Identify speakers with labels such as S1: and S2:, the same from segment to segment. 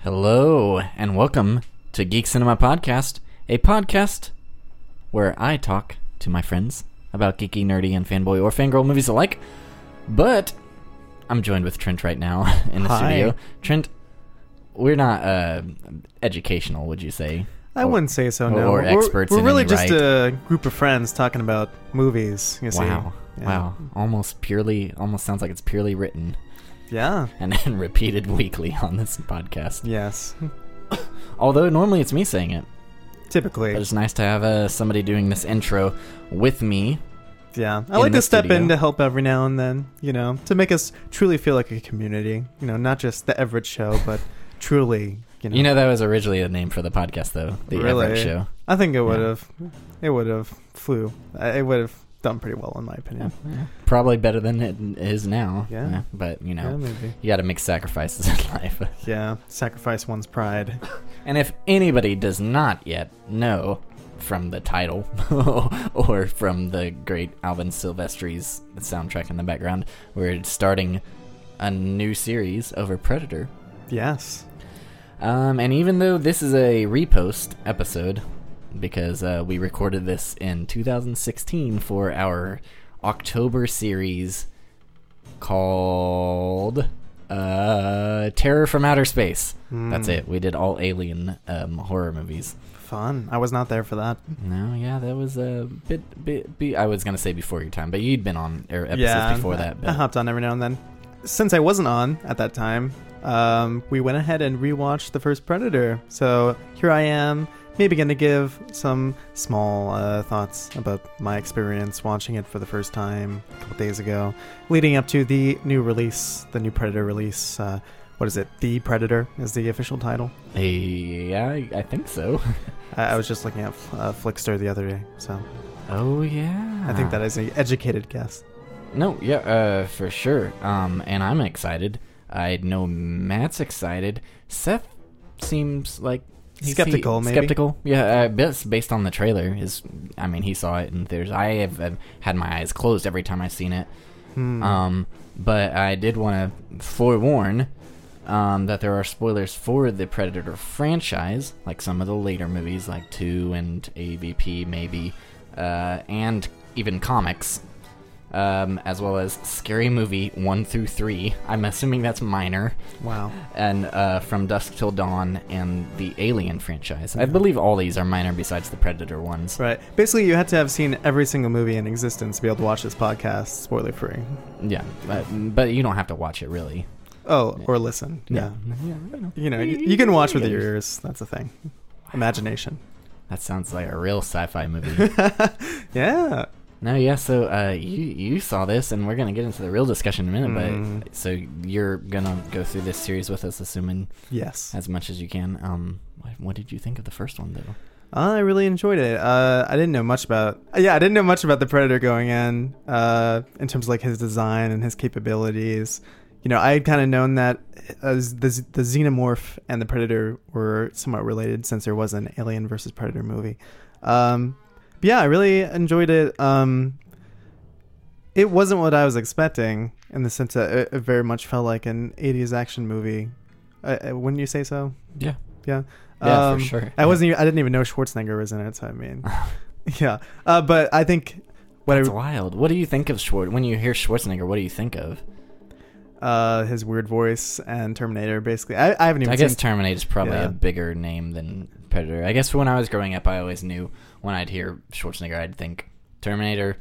S1: Hello, and welcome to Geek Cinema Podcast, a podcast where I talk to my friends about geeky, nerdy, and fanboy or fangirl movies alike. But I'm joined with Trent right now in the
S2: Hi.
S1: studio. Trent, we're not uh, educational, would you say?
S2: I
S1: Or-
S2: wouldn't say so. No,
S1: or
S2: We're-
S1: experts
S2: We're,
S1: in
S2: really
S1: any
S2: just
S1: right.
S2: a group of friends talking about movies. You see?
S1: Wow.
S2: Yeah.
S1: Wow. Almost purely, almost sounds like it's purely written
S2: Yeah.
S1: and then repeated weekly on this podcast.
S2: Yes.
S1: Although normally it's me saying it.
S2: Typically.
S1: But it's nice to have uh, somebody doing this intro with me.
S2: yeah. I
S1: in
S2: like
S1: the
S2: to step
S1: studio.
S2: in to help every now and then. You know, to make us truly feel like a community. You know, not just the Everett Show, but truly. You know.
S1: You know, that was originally a name for the podcast, though. The
S2: Really?
S1: Everett Show.
S2: I think it would have. It would have flew. I- It would have done pretty well, in my opinion.
S1: Probably better than it is now.
S2: Yeah.
S1: But, you know,
S2: Yeah, maybe.
S1: you got to make sacrifices in life.
S2: Yeah. Sacrifice one's pride.
S1: and if anybody does not yet know from the title or from the great Alvin Silvestri's soundtrack in the background, we're starting a new series over Predator.
S2: Yes.
S1: Um, and even though this is a repost episode, because uh, we recorded this in 2016 for our October series called uh, Terror from Outer Space. That's
S2: Hmm.
S1: it. We did all alien um, horror movies.
S2: Fun. I was not there for that.
S1: No, yeah, that was a bit, bit, be I was going to say before your time, but you'd been on er, episodes before
S2: I-
S1: that.
S2: I
S1: But
S2: hopped on every now and then. Since I wasn't on at that time, um, we went ahead and rewatched the first Predator. So here I am, maybe going to give some small uh, thoughts about my experience watching it for the first time a couple days ago, leading up to the new release, the new Predator release. Uh, what is it? The Predator is the official title.
S1: yeah, I, I think so.
S2: I, I was just looking at uh, Flickster the other day, so
S1: Oh, yeah.
S2: I think that is an educated guess.
S1: No, yeah, uh, for sure. Um, and I'm excited. I know Matt's excited. Seth seems like he's-
S2: Skeptical,
S1: he-
S2: maybe?
S1: Skeptical, yeah. Uh, bas- based on the trailer, is I mean, he saw it and there's I have, have had my eyes closed every time I've seen it.
S2: Hmm.
S1: Um, but I did want to forewarn um, that there are spoilers for the Predator franchise, like some of the later movies, like 2 and AVP, maybe, uh, and even comics, um, as well as Scary Movie 1 through 3. I'm assuming that's minor.
S2: wow.
S1: And uh, From Dusk Till Dawn and the Alien franchise. I
S2: Yeah.
S1: believe all these are minor besides the Predator ones.
S2: Right. Basically, you had to have seen every single movie in existence to be able to watch this podcast spoiler free.
S1: Yeah, but, but you don't have to watch it really.
S2: Oh,
S1: Yeah.
S2: or listen. Yeah.
S1: yeah I know.
S2: You know, you, you can watch with your ears. That's the thing. Imagination.
S1: That sounds like a real sci-fi movie.
S2: Yeah.
S1: no, yeah. So uh, you you saw this, and we're gonna get into the real discussion in a minute. But
S2: Mm.
S1: so you're gonna go through this series with us, assuming
S2: Yes.
S1: as much as you can. Um, what, what did you think of the first one though?
S2: Oh, I really enjoyed it. Uh, I didn't know much about. Yeah, I didn't know much about the Predator going in, uh, in terms of like his design and his capabilities. You know, I had kind of known that uh, the Z- the Xenomorph and the Predator were somewhat related, since there was an Alien versus Predator movie. Um, but yeah, I really enjoyed it. Um, it wasn't what I was expecting in the sense that it, it very much felt like an '80s action movie. Uh, uh, wouldn't you say so?
S1: Yeah,
S2: Yeah. Um,
S1: Yeah, for sure.
S2: I wasn't. Even, I didn't even know Schwarzenegger was in it. So I mean, yeah. Uh, but I think what
S1: it's
S2: I
S1: wild. What do you think of Schwartz? When you hear Schwarzenegger, what do you think of?
S2: uh, his weird voice and Terminator. Basically, I, I haven't even.
S1: I guess
S2: seen,
S1: Terminator is probably
S2: Yeah.
S1: a bigger name than Predator. I guess when I was growing up, I always knew when I'd hear Schwarzenegger, I'd think Terminator,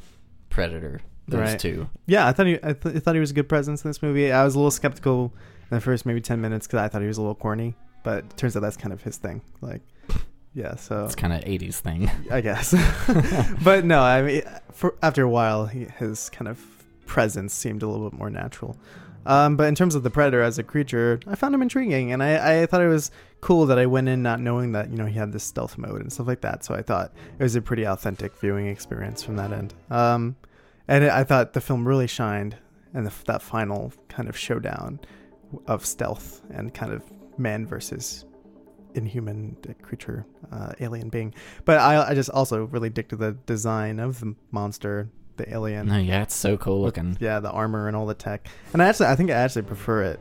S1: Predator. Those
S2: Right.
S1: two.
S2: yeah, I thought he. I, th- I thought he was a good presence in this movie. I was a little skeptical in the first maybe ten minutes because I thought he was a little corny. But it turns out that's kind of his thing. Like, yeah. So
S1: It's kind of '80s thing.
S2: Uh, I guess. but no, I mean, for, after a while, he, his kind of presence seemed a little bit more natural. Um, but in terms of the predator as a creature, I found him intriguing, and I, I thought it was cool that I went in not knowing that you know he had this stealth mode and stuff like that. So I thought it was a pretty authentic viewing experience from that end. Um, and I thought the film really shined in the, that final kind of showdown of stealth and kind of man versus inhuman creature, uh, alien being. But I, I just also really dig to the design of the monster, the alien.
S1: No, yeah, it's so cool looking.
S2: Yeah, the armor and all the tech. And I actually, I think I actually prefer it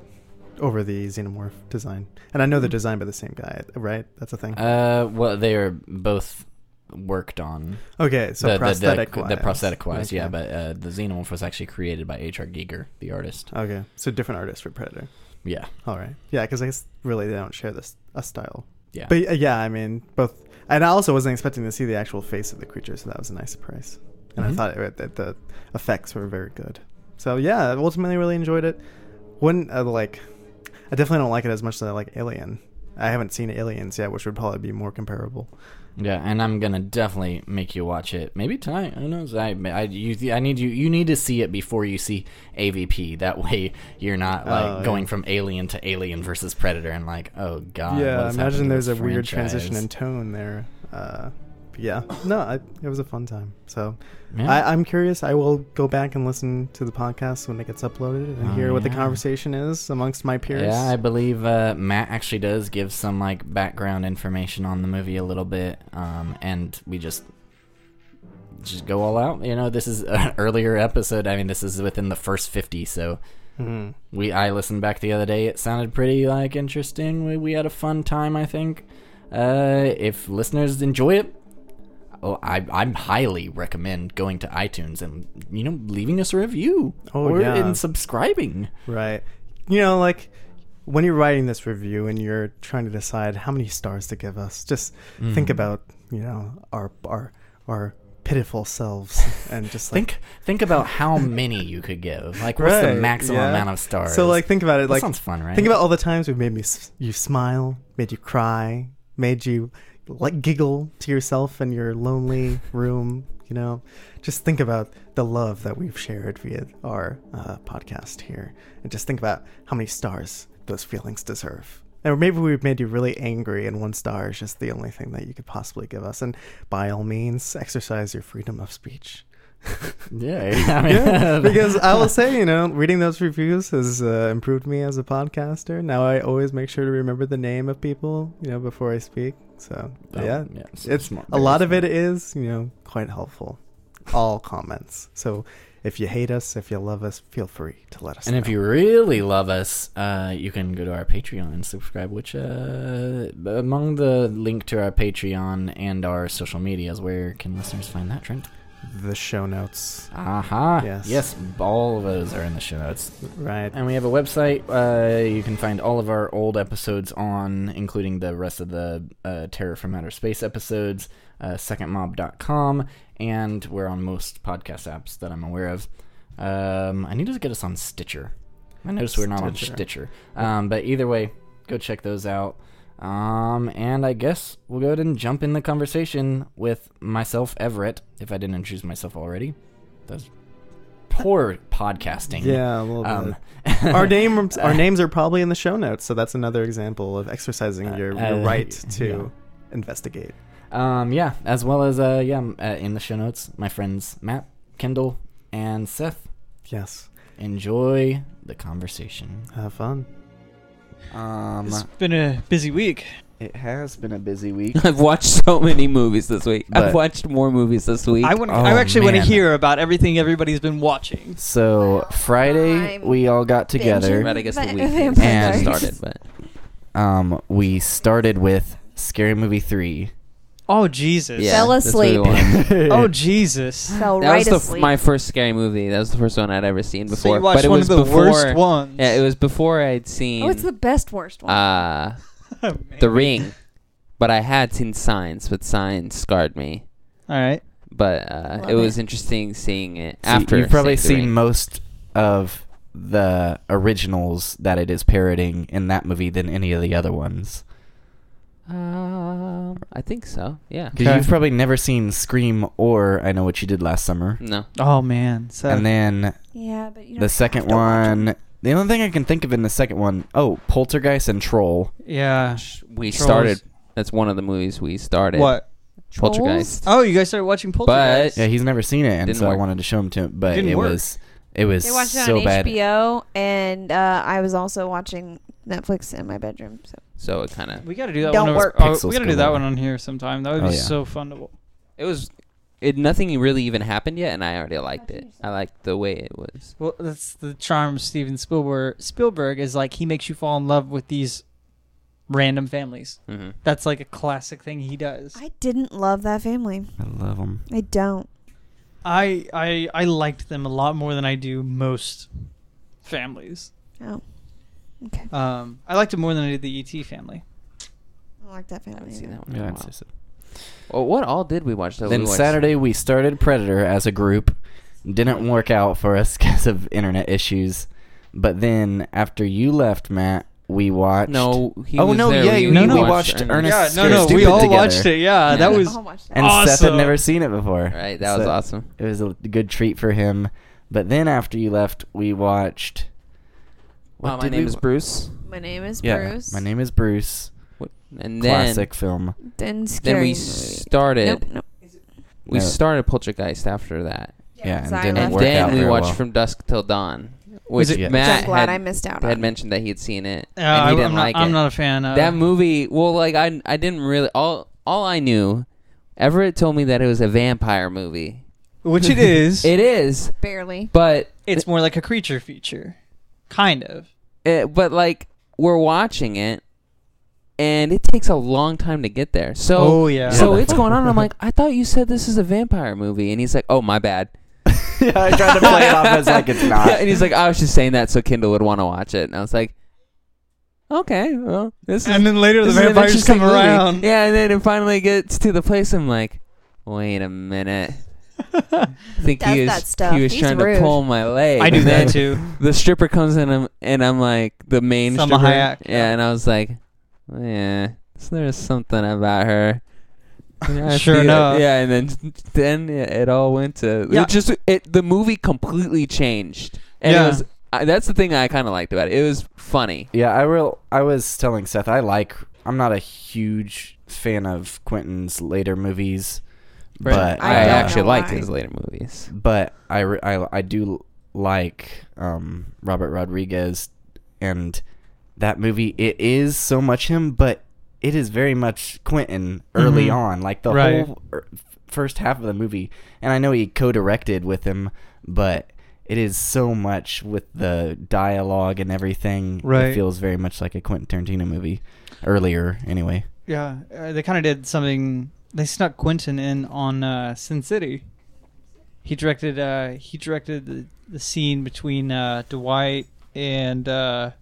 S2: over the xenomorph design. And I know they're designed by the same guy, right? That's a thing.
S1: Mm. Uh, well, they are both worked on
S2: okay, so
S1: the, the-
S2: prosthetic
S1: the, the,
S2: wise.
S1: prosthetic wise, yeah.
S2: Okay.
S1: But uh, the xenomorph was actually created by H.R. Giger, the artist.
S2: okay, so different artist for Predator.
S1: Yeah,
S2: All right, yeah, because I guess really they don't share this a style.
S1: yeah.
S2: But uh, yeah, I mean both, and I also wasn't expecting to see the actual face of the creature, so that was a nice surprise. And I
S1: Mhm.
S2: thought it, that the effects were very good. So yeah, ultimately really enjoyed it. Wouldn't uh, like, I definitely don't like it as much as I like Alien. I haven't seen Aliens yet, which would probably be more comparable.
S1: Yeah, and I'm gonna definitely make you watch it. Maybe tonight. Who knows? I, I, you, I need you. You need to see it before you see AVP. That way, you're not like
S2: Oh, yeah.
S1: going from Alien to Alien versus Predator and like, oh god. what
S2: yeah,
S1: is happening
S2: imagine
S1: to
S2: there's a
S1: this
S2: weird
S1: franchise?
S2: transition in tone there. Uh, but yeah, no, I, it was a fun time. So
S1: Yeah.
S2: I, I'm curious. I will go back and listen to the podcast when it gets uploaded and
S1: Oh,
S2: hear what the
S1: yeah.
S2: conversation is amongst my peers.
S1: Yeah, I believe uh, Matt actually does give some like background information on the movie a little bit, um, and we just just go all out. You know, this is an earlier episode. I mean, this is within the first fifty, so
S2: Mhm.
S1: we I listened back the other day. It sounded pretty like interesting. We, we had a fun time, I think. Uh, if listeners enjoy it, oh, I I highly recommend going to iTunes and you know leaving us a review
S2: Oh,
S1: or
S2: yeah.
S1: and subscribing.
S2: Right. You know, like when you're writing this review and you're trying to decide how many stars to give us, just think about you know our our our pitiful selves and just like
S1: think think about how many you could give. Like what's the
S2: Right,
S1: maximum
S2: yeah.
S1: amount of stars?
S2: So like think about it.
S1: that
S2: Like
S1: sounds fun, right?
S2: Think about all the times we've made me s- you smile, made you cry, made you like giggle to yourself in your lonely room. You know, just think about the love that we've shared via our uh, podcast here, and just think about how many stars those feelings deserve. Or maybe we've made you really angry, and one star is just the only thing that you could possibly give us. And by all means, exercise your freedom of speech.
S1: yeah, I mean,
S2: yeah, because I will say, you know, reading those reviews has uh, improved me as a podcaster. Now I always make sure to remember the name of people, you know, before I speak. So
S1: Oh,
S2: yeah,
S1: yeah, s-
S2: it's
S1: smart,
S2: a
S1: very
S2: lot of it is, you know, quite helpful. All comments. So if you hate us, if you love us, feel free to let us.
S1: And if
S2: know.
S1: you really love us, uh, you can go to our Patreon and subscribe, which uh, among the link to our Patreon and our social medias, where can listeners find that, Trent?
S2: the show notes,
S1: Aha.
S2: Yes.
S1: yes, all of those are in the show notes.
S2: right?
S1: And we have a website. Uh, you can find all of our old episodes on, including the rest of the uh, Terror from Outer Space episodes, uh, secondmob.com, and we're on most podcast apps that I'm aware of. Um, I need to get us on Stitcher. I noticed we're not on
S2: Stitcher.
S1: Stitcher. Um, but either way, go check those out. Um, and I guess we'll go ahead and jump in the conversation with myself, Everett, if I didn't introduce myself already. That's poor podcasting.
S2: Yeah, a little
S1: Um, uh,
S2: bit. our names, our names are probably in the show notes, so that's another example of exercising
S1: Uh,
S2: your,
S1: uh,
S2: your right to
S1: yeah.
S2: investigate.
S1: Um, yeah, as well as uh, yeah, m- uh, in the show notes, my friends Matt, Kendall, and Seth.
S2: Yes,
S1: Enjoy the conversation.
S2: have fun.
S1: Um,
S3: It's been a busy week.
S1: it has been a busy week.
S4: I've watched so many movies this week.
S1: But-
S4: I've watched more movies this week.
S3: I want. to
S1: Oh,
S3: I actually want to
S1: man.
S3: hear about everything everybody's been watching.
S1: So
S5: Wow.
S1: Friday,
S5: I'm
S1: we all got together.
S5: binging.
S4: Right, I guess the
S5: Va-
S4: week
S5: Vampire
S4: has
S1: Diaries.
S4: started, but
S1: Um, we started with Scary Movie three.
S3: Oh Jesus!
S4: yeah,
S5: Fell
S4: that's what we
S5: asleep.
S4: want.
S3: Oh Jesus!
S5: fell
S4: That
S5: right
S4: was the, f-
S5: asleep.
S4: my first scary movie. That was the first one I'd ever seen before.
S3: so you
S4: but
S3: watched
S4: it
S3: one
S4: was
S3: of the
S4: before,
S3: worst ones.
S4: Yeah, it was before I'd seen
S5: oh, it's the best worst one.
S4: uh,
S3: Oh,
S4: The
S3: man.
S4: Ring, but I had seen Signs, but Signs scarred me.
S3: All right.
S4: But uh,
S5: Love
S4: it was
S5: it.
S4: interesting seeing it
S1: So
S4: after.
S1: you've probably
S4: seeing The
S1: seen
S4: Ring.
S1: most of the originals that it is parroting in that movie than any of the other ones.
S4: Um, I think so. Yeah.
S1: 'Cause
S3: Okay.
S1: You've probably never seen Scream or I Know What You Did Last Summer.
S4: No.
S3: Oh man. So
S1: And then
S5: yeah, but you don't
S1: the second
S5: have to watch it.
S1: one, the only thing I can think of in the second one, oh, Poltergeist and Troll.
S3: yeah.
S4: We
S3: Trolls.
S4: started. That's one of the movies we started.
S3: What?
S4: Poltergeist.
S3: Oh, you guys started watching Poltergeist.
S1: Yeah, he's never seen it, and
S4: Didn't
S1: so I
S4: work.
S1: wanted to show him to him, but
S3: Didn't
S1: it
S3: work.
S1: was it was
S5: They watched it
S1: so
S5: on
S1: bad.
S5: HBO, and uh, I was also watching Netflix in my bedroom. So
S4: So it kind of
S3: We got to do that
S5: Don't
S3: one.
S5: work.
S3: Over, oh,
S1: Pixels
S3: we got to do that
S1: galore.
S3: one on here sometime. That would
S1: Oh,
S3: be
S1: yeah.
S3: so fun to. wa-
S4: It was it, nothing really even happened yet, and I already liked it. I liked the way it was.
S3: Well, that's the charm of Steven Spielberg. Spielberg is like he makes you fall in love with these random families.
S4: hmm
S3: That's like a classic thing he does.
S5: I didn't love that family.
S4: I love them.
S5: I don't.
S3: I I I liked them a lot more than I do most families.
S5: Oh. Okay.
S3: Um, I liked it more than I did the ET family.
S5: I don't like that
S4: I
S5: family.
S4: haven't seen
S5: either.
S4: that one. in a while. Well, what all did we watch? Though?
S1: then
S4: we watched- Oh,
S1: Saturday we started Predator as a group. Didn't work out for us because of internet issues. But then after you left, Matt, we watched.
S4: No, he
S1: Oh,
S4: was
S1: no,
S4: there.
S1: yeah,
S4: we,
S1: you-
S4: we
S3: no, no.
S1: watched Ernest
S3: yeah,
S1: Ernest
S3: no,
S1: Scared
S3: no, we
S1: Stupid
S3: all
S1: together.
S3: watched it. Yeah, that
S4: Yeah.
S3: was
S5: I'll watch Uh, that.
S1: And Seth had
S3: Awesome.
S1: never seen it before.
S4: Right, that was
S1: So
S4: awesome.
S1: It was a good treat for him. But then after you left, we watched.
S4: Uh, my
S1: did
S4: name
S1: we
S4: is
S1: wa-
S4: Bruce.
S5: My name is
S1: Yeah,
S5: Bruce.
S1: my name is Bruce.
S4: What, and then
S1: Classic film.
S5: Then scary
S4: then we
S5: movie.
S4: started.
S5: Nope, nope.
S4: We
S1: No.
S4: started Poltergeist after that,
S1: Yeah,
S5: so I
S1: and didn't
S5: left
S4: and
S1: work
S5: it.
S1: out
S4: then we
S1: very
S4: watched
S1: well.
S4: From Dusk Till Dawn,
S3: Was
S4: which
S1: it- Yeah.
S5: Which
S4: Matt
S5: I'm glad
S4: had,
S5: I missed out
S4: had
S5: on.
S4: mentioned that he had seen it
S3: Uh,
S4: and he
S3: I,
S4: didn't
S3: am
S4: like
S3: not,
S4: it.
S3: I'm not a fan. of
S4: that movie well like I, I didn't really all all i knew everett told me that it was a vampire movie
S3: which it is.
S4: it is
S5: Barely.
S4: but
S3: it's more like a creature feature, kind of.
S4: it, Eh, but like we're watching it and it takes a long time to get there so
S3: oh yeah.
S4: so it's going on and i'm like i thought you said this is a vampire movie and he's like oh my bad
S1: yeah, I tried to play it off as like it's not.
S4: and he's like i was just saying that so kendall would want to watch it and i was like okay well this is
S3: and then later the
S4: This is an
S3: vampires
S4: interesting
S3: come
S4: movie.
S3: around.
S4: Yeah, and then it finally gets to the place. I'm like, wait a minute. I think
S5: Does
S4: he was
S5: that stuff.
S4: he was
S5: He's
S4: trying
S5: rude.
S4: to pull my leg.
S3: I do
S4: And
S3: that
S4: then
S3: too.
S4: The stripper comes in and, and I'm like the main
S3: Selma
S4: stripper.
S3: Hayek.
S4: Yeah, and I was like, yeah, so there's something about her. Yeah, I
S3: Sure
S4: feel it.
S3: enough.
S4: Yeah, and then then it, it all went to
S3: Yeah.
S4: it just it the movie completely changed. And
S3: Yeah.
S4: it was I, that's the thing I kind of liked about it. It was funny.
S1: Yeah, I will. I was telling Seth I like. I'm not a huge fan of Quentin's later movies,
S4: Right.
S1: but
S4: I,
S5: I
S1: uh,
S5: don't
S4: actually
S5: know
S4: liked
S5: why.
S4: his later movies.
S1: but I, re- I I do like um Robert Rodriguez and that movie. It is so much him, but it is very much Quentin early
S3: Mhm.
S1: on, like the
S3: Right.
S1: whole er, f- first half of the movie. And I know he co-directed with him, but. It is so much with the dialogue and everything.
S3: Right.
S1: It feels very much like a Quentin Tarantino movie. Earlier, anyway.
S3: Yeah, uh, they kind of did something. They snuck Quentin in on uh, Sin City. He directed. Uh, he directed the, the scene between uh, Dwight and uh,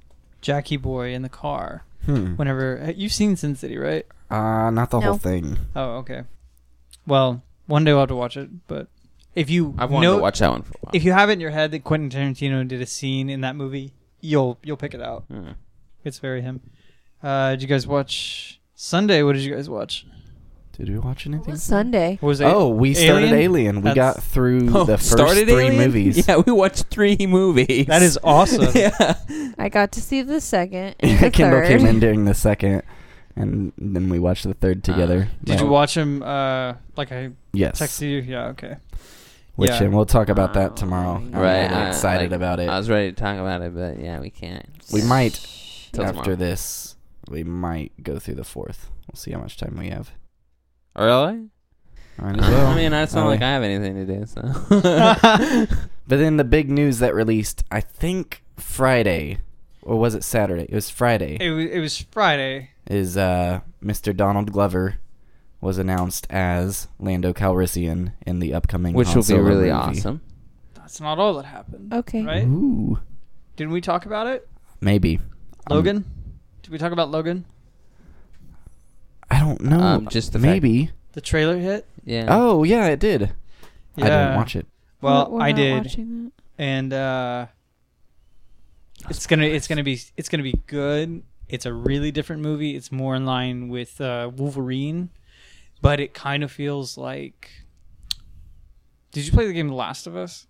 S3: Jackie Boy in the car.
S1: Hmm.
S3: Whenever uh, you've seen Sin City, right?
S1: Uh, not the
S5: No.
S1: whole thing.
S3: Oh, okay. Well, one day we'll have to watch it. But if you
S4: I've wanted
S3: know,
S4: to watch that one for a while.
S3: if you have it in your head that Quentin Tarantino did a scene in that movie, you'll you'll pick it out.
S4: Mm.
S3: It's very him. Uh, did you guys watch Sunday? What did you guys watch?
S1: Did we watch anything?
S5: It was Sunday.
S3: What was it?
S1: Oh, we started Alien.
S3: Alien?
S1: We
S3: That's-
S1: got through
S4: Oh,
S1: the first
S4: started
S1: three
S4: Alien?
S1: movies.
S4: Yeah, we watched three movies.
S3: That is awesome.
S4: yeah.
S5: I got to see the second. And the
S1: Kendall
S5: third.
S1: came in during the second, and then we watched the third together.
S3: Did
S1: Yeah.
S3: you watch him? Uh, like I
S1: Yes.
S3: texted you. Yeah. Okay.
S1: Which,
S3: yeah.
S1: and we'll talk about
S5: Oh,
S1: that tomorrow. I'm
S4: Right,
S1: really
S4: I-
S1: excited
S4: like,
S1: about it.
S4: I was ready to talk about it, but yeah, we can't.
S1: we might
S4: Till
S1: after
S4: tomorrow.
S1: this. We might go through the fourth. We'll see how much time we have.
S4: Really?
S1: Might as well.
S4: I mean, it's not
S1: Oh,
S4: like
S1: yeah.
S4: I have anything to do, so.
S1: But then the big news that released, I think Friday, or was it Saturday? It was Friday.
S3: It was, it was Friday.
S1: is uh, Mr. Donald Glover was announced as Lando Calrissian in the upcoming
S4: Which
S1: Han
S4: will be
S1: Solo
S4: really
S1: movie.
S4: awesome.
S3: That's not all that happened.
S5: Okay.
S3: Right?
S1: Ooh,
S3: Didn't we talk about it?
S1: maybe Um,
S3: Logan? Did we talk about Logan?
S1: I don't know.
S4: Um, just the fact-
S1: maybe.
S3: The trailer hit.
S4: Yeah.
S1: Oh yeah, it did. I didn't
S3: Yeah.
S1: watch it.
S3: Well,
S5: We're- we're
S3: I
S5: not
S3: did,
S5: watching that.
S3: and uh, it's gonna it's gonna be it's gonna be good. It's a really different movie. It's more in line with uh, Wolverine, but it kind of feels like. Did you play the game The Last of Us?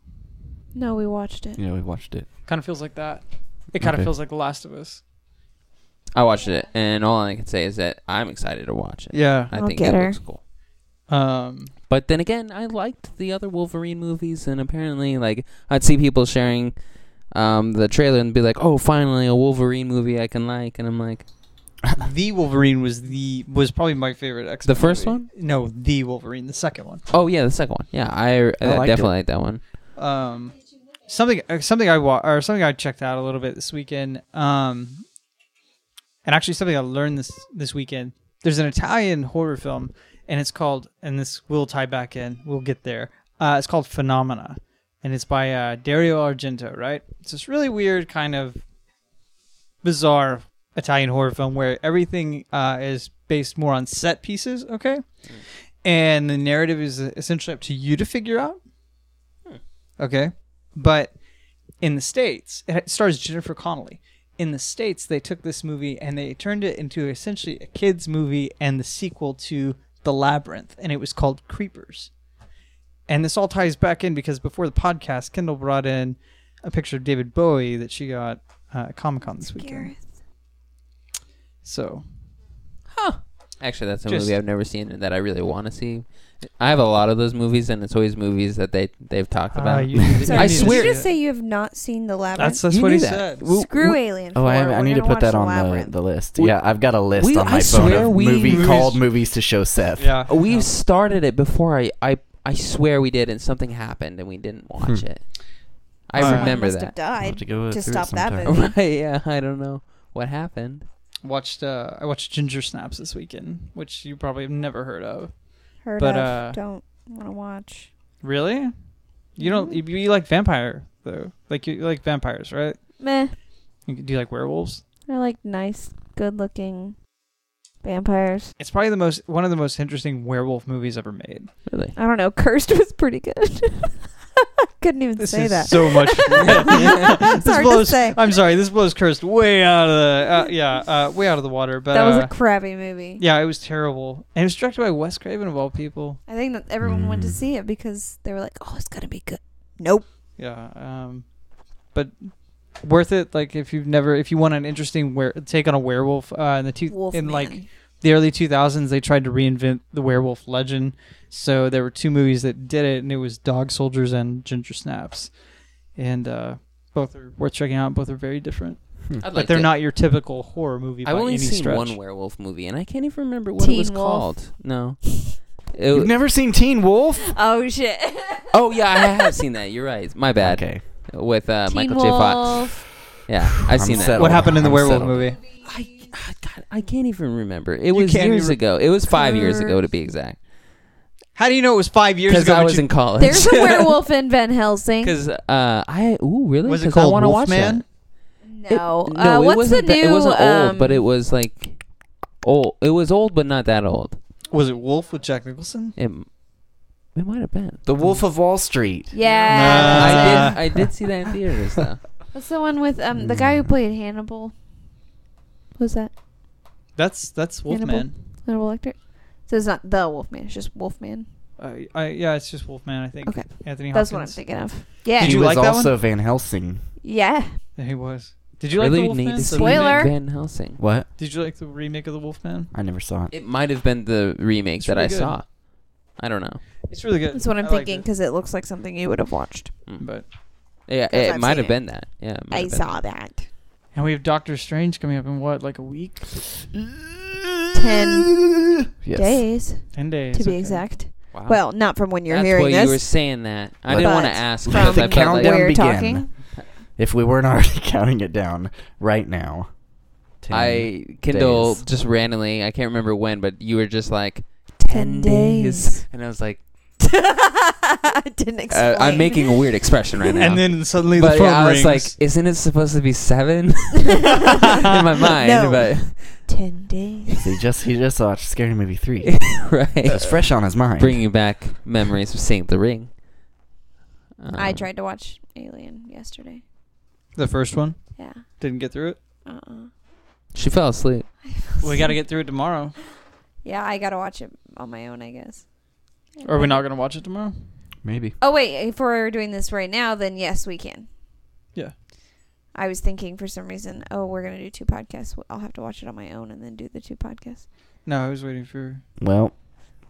S5: No, we watched it.
S1: Yeah, we watched it.
S3: Kind of feels like that. It kind
S1: Okay.
S3: of feels like The Last of Us.
S4: I watched it, and all I can say is that I'm excited to watch it.
S3: Yeah.
S4: I
S5: I'll
S4: think
S5: get
S4: it
S5: her.
S4: looks cool.
S3: Um.
S4: But then again, I liked the other Wolverine movies, and apparently, like I'd see people sharing um, the trailer and be like, "Oh, finally a Wolverine movie I can like," and I'm like,
S3: the Wolverine was the was probably my favorite X.
S4: The first one?
S3: No, the Wolverine, the second one.
S4: Oh yeah, the second one. Yeah, I, I
S1: liked
S4: definitely
S1: it.
S4: like that one.
S3: Um, something uh, something I wa- or something I checked out a little bit this weekend. Um, and actually something I learned this this weekend. There's an Italian horror film, and it's called and this will tie back in. We'll get there. Uh, it's called Phenomena, and it's by uh, Dario Argento. Right? It's this really weird kind of bizarre Italian horror film where everything uh, is based more on set pieces, okay? And the narrative is essentially up to you to figure out, okay? But in the States, it stars Jennifer Connelly. In the States, they took this movie and they turned it into essentially a kid's movie and the sequel to The Labyrinth, and it was called Creepers. And this all ties back in because before the podcast, Kendall brought in a picture of David Bowie that she got uh, at Comic Con this weekend.
S5: Gareth.
S3: So
S4: Actually, that's a
S3: Just-
S4: movie I've never seen and that I really want to see. I have a lot of those movies, and it's always movies that they they've talked
S3: Ah,
S4: about.
S5: Sorry,
S4: I
S5: did
S4: swear-
S5: you just say you have not seen the
S3: that's
S5: labyrinth?
S3: that's
S4: You
S3: what
S4: knew
S3: he
S4: that.
S3: said.
S4: Well,
S5: Screw
S4: we-
S5: Alien.
S1: Oh, I,
S5: 4.
S1: I
S5: We're
S1: need to
S5: gonna
S1: put that
S5: watch
S1: on
S5: the
S1: the,
S5: labyrinth.
S1: the list.
S4: We-
S1: yeah, I've got a list
S4: we-
S1: on
S4: I
S1: my phone
S4: swear
S1: of
S4: we-
S1: movie
S4: Movies-
S1: called movies to show Seth.
S3: Yeah,
S4: Oh,
S5: Uh-huh.
S4: We've
S3: No.
S4: started it before. I, I I swear we did, and something happened, and we didn't watch
S1: Hmm.
S4: it. I
S3: Alright.
S5: Someone
S4: remember
S5: must have
S4: that.
S1: I'll have
S5: died.
S1: to go
S5: Just
S1: through it
S5: stop that
S1: sometime.
S5: movie.
S4: right? Yeah, I don't know what happened.
S3: watched uh, I watched Ginger Snaps this weekend, which you probably have never heard of.
S5: Heard
S3: But,
S5: of.
S3: uh,
S5: Don't want to watch.
S3: Really? You don't?
S5: Mm-hmm.
S3: You, you like vampire though? Like you, you like vampires, right?
S5: Meh.
S3: You, do you like werewolves?
S5: I like nice, good-looking vampires.
S3: It's probably the most one of the most interesting werewolf movies ever made.
S4: Really?
S5: I don't know. Cursed was pretty good. Couldn't even
S3: This
S5: say
S3: is
S5: that.
S3: so much.
S5: It's
S3: this
S5: hard to
S3: blows.
S5: say.
S3: I'm sorry. This blows cursed way out of the uh, yeah uh, way out of the water. But
S5: that was
S3: uh,
S5: a crappy movie.
S3: yeah, it was terrible. And it was directed by Wes Craven of all people.
S5: I think that everyone went to
S1: Mm.
S5: see it because they were like, "Oh, it's gonna be good." Nope.
S3: Yeah. Um, but worth it. Like if you've never, if you want an interesting were- take on a werewolf uh, in the two
S5: Wolf
S3: in like the early two thousands, they tried to reinvent the werewolf legend. So there were two movies that did it, and it was Dog Soldiers and Ginger Snaps, and uh, both are worth checking out. Both are very different,
S4: I'd
S3: but they're not your typical horror movie.
S4: I've
S3: by
S4: only
S3: any
S4: seen
S3: stretch.
S4: one werewolf movie, and I can't even remember what it
S5: Teen
S4: was
S5: Wolf.
S4: called. No. It,
S1: You've
S4: w-
S1: never seen Teen Wolf?
S5: Oh shit.
S4: oh yeah, I have seen that. You're right. My bad.
S1: Okay.
S4: With uh,
S5: Teen
S4: Michael J. Fox.
S5: Wolf.
S4: Yeah,
S1: I'm
S4: I've seen that.
S1: settled.
S3: What happened in the
S1: I'm
S3: werewolf
S1: settled.
S3: movie?
S4: I, I- God, I can't even remember. It
S3: You
S4: was
S3: can't
S4: years
S3: even-
S4: ago. It was five years ago to be exact.
S3: How do you know it was five years
S4: Because
S3: ago?
S4: I
S3: but
S4: was
S3: you-
S4: in college.
S5: There's a werewolf in Van Helsing.
S4: Because uh, I ooh really
S3: Was it
S4: 'Cause I
S3: called
S4: wanna watch
S3: Wolfman?
S4: that. It-
S5: No. uh, what's
S4: wasn't
S5: the
S4: that-
S5: new?
S4: It wasn't old,
S5: um,
S4: but it was like old. It was old, but not that old.
S3: was it Wolf with Jack Nicholson?
S4: It it might have been.
S1: The Wolf of Wall Street.
S5: Yeah.
S3: Nah. Uh,
S4: I did I did see that in theaters though.
S5: What's the one with um the
S4: Mm.
S5: guy who played Hannibal? Who's that?
S3: That's that's
S5: Hannibal?
S3: Wolfman.
S5: Hannibal Lecter. So it's not the Wolfman. It's just Wolfman.
S3: Uh, I, yeah, it's just Wolfman. I think.
S5: Okay.
S3: Anthony.
S5: That's what I'm
S3: Hopkins.
S5: thinking of. Yeah.
S3: Did
S1: He
S3: you
S1: was
S3: like that one?
S1: also Van Helsing.
S5: yeah.
S3: Yeah, he was. Did you
S4: really
S3: like the
S4: need
S3: Wolfman?
S4: to see
S5: Spoiler.
S4: Van Helsing.
S1: What?
S3: Did you like the remake of the Wolfman?
S1: I never saw it.
S4: It might have been the remake
S3: It's
S4: that I
S3: really good.
S4: saw. I don't know.
S3: It's really good.
S5: That's what I'm
S3: I liked
S5: thinking
S3: it.
S5: because it looks like something you would have watched.
S3: But
S4: Mm, Yeah,
S5: 'Cause
S4: it
S5: I've
S4: might
S5: seen
S4: have
S5: it.
S4: been that. Yeah, it might
S5: I
S4: have been
S5: saw that.
S3: and we have Doctor Strange coming up in what, like a week,
S5: Ten
S1: Yes.
S5: days,
S3: ten days
S5: to be
S3: okay.
S5: exact.
S4: that. Wow.
S5: Well, not from when you're
S4: That's
S5: hearing
S4: why
S5: this.
S4: you were saying that. I didn't
S5: But
S4: want to ask.
S5: from
S4: because I
S1: the
S4: felt like-
S1: countdown
S5: we're
S1: begin.
S5: talking.
S1: If we weren't already counting it down right now. Ten
S4: I Kindle
S1: days.
S4: just randomly. I can't remember when, but you were just like ten days, and I was like,
S5: I didn't explain.
S4: uh, I'm making a weird expression right now.
S3: And then suddenly the
S4: but
S3: phone
S4: yeah, I
S3: rings.
S4: was like, isn't it supposed to be seven in my mind?
S5: No.
S4: But
S5: ten days.
S1: he just he just watched Scary Movie Three.
S4: right,
S1: It's fresh on his mind.
S4: bringing back memories of seeing the ring. Um,
S5: I tried to watch Alien yesterday.
S3: the first one
S5: Yeah.
S3: didn't get through it.
S5: Uh. uh
S4: She fell asleep.
S3: We got to get through it tomorrow.
S5: Yeah, I gotta watch it on my own, I guess.
S3: Are we not gonna watch it tomorrow?
S1: Maybe.
S5: Oh wait, if we're doing this right now, then yes, we can.
S3: Yeah.
S5: I was thinking for some reason, oh, we're gonna do two podcasts. I'll have to watch it on my own and then do the two podcasts.
S3: No, I was waiting for.
S1: Well,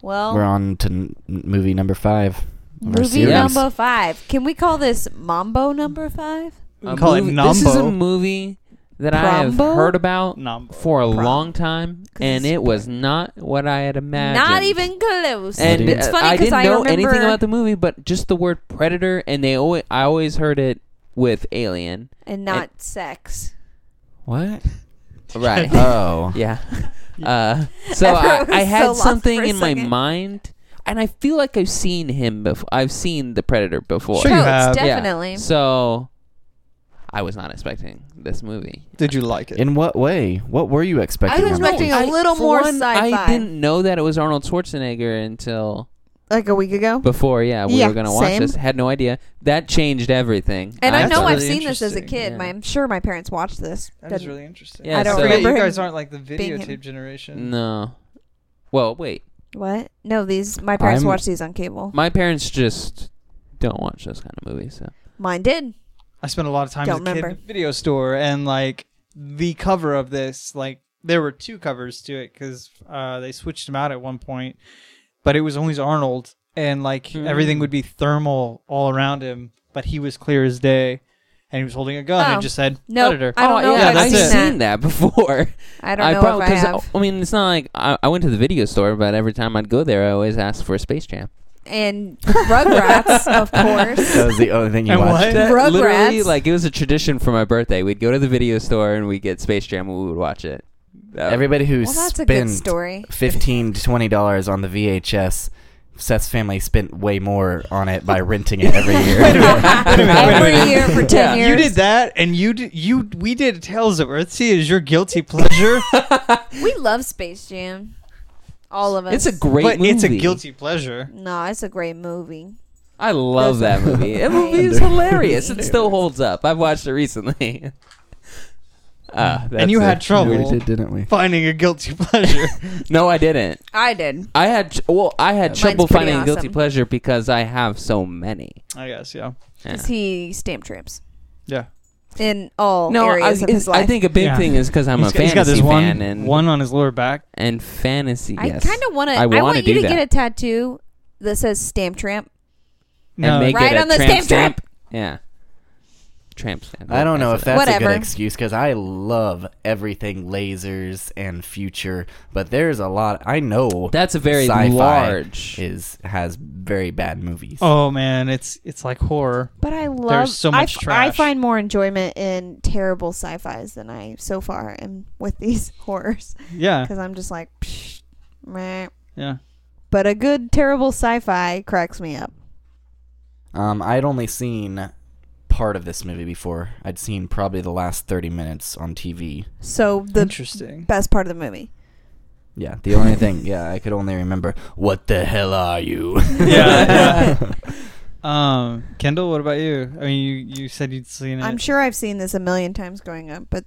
S5: Well,
S1: we're on to n- movie number five. of our
S5: Oh. Movie
S1: series.
S5: number five. Can we call this Mambo number five?
S3: We can call it
S4: movie- This is a
S3: Nambo.
S4: movie that I have
S5: Prombo?
S4: heard about
S3: Nombo.
S4: for a
S2: Prom.
S4: long time,
S5: 'Cause
S4: and
S5: it's
S4: it was not what I had imagined.
S5: Not even close.
S4: And
S1: It's
S4: uh,
S5: funny
S4: I
S5: 'cause
S4: didn't
S5: I
S4: know anything
S5: remember-
S4: about the movie, but just the word predator, and they always I always heard it with alien.
S5: and not sex.
S4: What? Right.
S1: Oh.
S4: Yeah. Uh, so I,
S5: Everyone
S4: I
S5: was so
S4: had
S5: lost
S4: something
S5: for a
S4: in my
S5: second.
S4: mind, and I feel like I've seen him before. I've seen the Predator before.
S2: Sure you
S5: Totes,
S2: have.
S4: Yeah.
S5: definitely.
S4: So I was not expecting this movie.
S2: Did you like it?
S1: In what way? What were you expecting?
S5: I was
S1: on that?
S5: expecting a little
S4: for
S5: more
S4: one,
S5: sci-fi.
S4: I didn't know that it was Arnold Schwarzenegger until
S5: Like a week ago.
S4: before. Yeah, we
S5: Yeah,
S4: were gonna watch
S5: same.
S4: this. Had no idea. That changed everything.
S5: And I
S4: That's
S5: know
S4: really
S5: I've seen this as a
S3: interesting,
S5: kid.
S4: yeah.
S5: My, I'm sure my parents watched this.
S3: That was
S5: Didn't-
S3: really interesting.
S4: Yeah, I don't so-
S3: I forget
S5: remember
S3: you guys
S5: him
S3: aren't like the
S5: being him.
S3: videotape generation.
S4: No. Well, wait.
S5: What? No, these my parents
S1: I'm-
S5: watched these on cable.
S4: My parents just don't watch those kind of movies. So
S5: Mine did.
S3: I spent a lot of time as a
S5: Don't
S3: kid in
S5: remember.
S3: the video store, and like the cover of this, like there were two covers to it because uh, they switched them out at one point, but it was always Arnold, and like
S4: Hmm.
S3: everything would be thermal all around him, but he was clear as day, and he was holding a gun
S5: Oh.
S3: and just said
S5: Nope.
S3: predator.
S5: I don't know
S3: if
S4: yeah,
S3: I've
S4: I've
S3: seen
S4: seen that before.
S5: I don't know
S4: probably-
S5: if I
S4: 'cause,
S5: have.
S4: I mean, it's not like I, I went to the video store, but every time I'd go there, I always asked for Space Jam.
S5: and Rugrats, of
S1: That
S5: course.
S1: was the only thing you
S3: And
S1: watched.
S3: what?
S5: Rugrats.
S4: Literally, like it was a tradition for my birthday. We'd go to the video store and we'd get Space Jam and we would watch it. Uh,
S1: Everybody who
S5: Well, that's a good
S1: spent
S5: story.
S1: fifteen to twenty dollars on the VHS, Seth's family spent way more on it by renting it every year.
S5: Every year for ten
S3: You
S5: years.
S3: did that, and you did, you we did Tales of Earthsea as your guilty pleasure,
S5: We love Space Jam. All of us.
S4: it's a great
S3: but
S4: movie.
S3: it's a guilty pleasure.
S5: no, it's a great movie.
S4: I love that
S5: That's-
S4: movie. That movie is hilarious. It still holds up. I've watched it recently. Ah, that's
S3: you
S4: it.
S3: had trouble.
S1: didn't we?
S3: Finding a guilty pleasure.
S4: No, I didn't.
S5: I did.
S4: I had tr- well, I had
S5: Mine's
S4: trouble
S5: pretty
S4: finding a guilty
S5: awesome.
S4: pleasure because I have so many.
S3: I guess, yeah.
S4: Yeah.
S5: 'Cause he stamp trips
S3: Yeah.
S5: in all
S4: No, I,
S5: areas of
S4: it's-
S5: his
S4: I
S5: life.
S4: think a big
S3: Yeah.
S4: thing is because I'm a
S3: He's got-
S4: fantasy
S3: he's got this
S4: fan
S3: one,
S4: and
S3: one on his lower back.
S4: and fantasy.
S5: I
S4: yes.
S5: kind of want to. I,
S4: wanna
S5: want you
S4: do
S5: to
S4: that
S5: get a tattoo that says stamp tramp.
S4: and make
S5: Right
S4: it a
S5: on the
S4: tramp
S5: stamp
S4: stamp. Yeah, tramp stamp.
S1: I don't know if that's a
S5: Whatever.
S1: good excuse because I love everything lasers and future, but there's a lot I know.
S4: That's a very
S1: sci-fi
S4: large.
S1: is has very bad movies.
S3: Oh man, it's it's like horror.
S5: But I love.
S3: so
S5: I
S3: much
S5: f- I
S3: trash.
S5: find more enjoyment in terrible sci-fi's than I so far am with these horrors
S3: Yeah,
S5: because I'm just like, psh, meh.
S3: yeah.
S5: But a good terrible sci-fi cracks me up.
S1: Um, I'd only seen part of this movie before. I'd seen probably the last thirty minutes on TV.
S5: So the
S3: Interesting.
S5: best part of the movie.
S1: Yeah, the only thing. Yeah, I could only remember what the hell are you?
S3: yeah, Um, Kendall, what about you? I mean, you you said you'd seen it,
S5: I'm sure I've seen this a million times growing up, but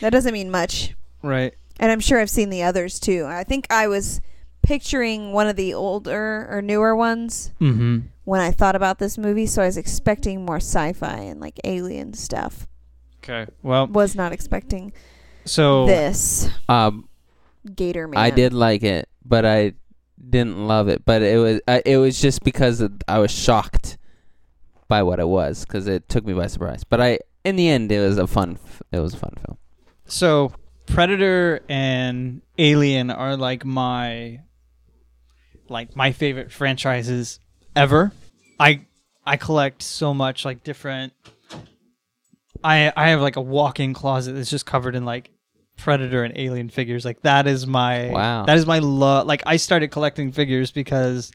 S5: that doesn't mean much.
S3: right?
S5: And I'm sure I've seen the others too. I think I was picturing one of the older or newer ones
S3: Mm-hmm.
S5: when I thought about this movie, so I was expecting more sci-fi and like alien stuff.
S3: Okay. Well,
S5: Was not expecting
S3: so
S5: this
S4: Um,
S5: Gator Man.
S4: uh, I did like it, but I didn't love it. But it was I, it was just because of- I was shocked by what it was because it took me by surprise. But I in the end it was a fun f- it was a fun film.
S3: so Predator and Alien are like my like my favorite franchises ever. I I collect so much like different I I have like a walk-in closet that's just covered in like Predator and Alien figures. Like that is my
S4: Wow.
S3: that is my love. Like I started collecting figures because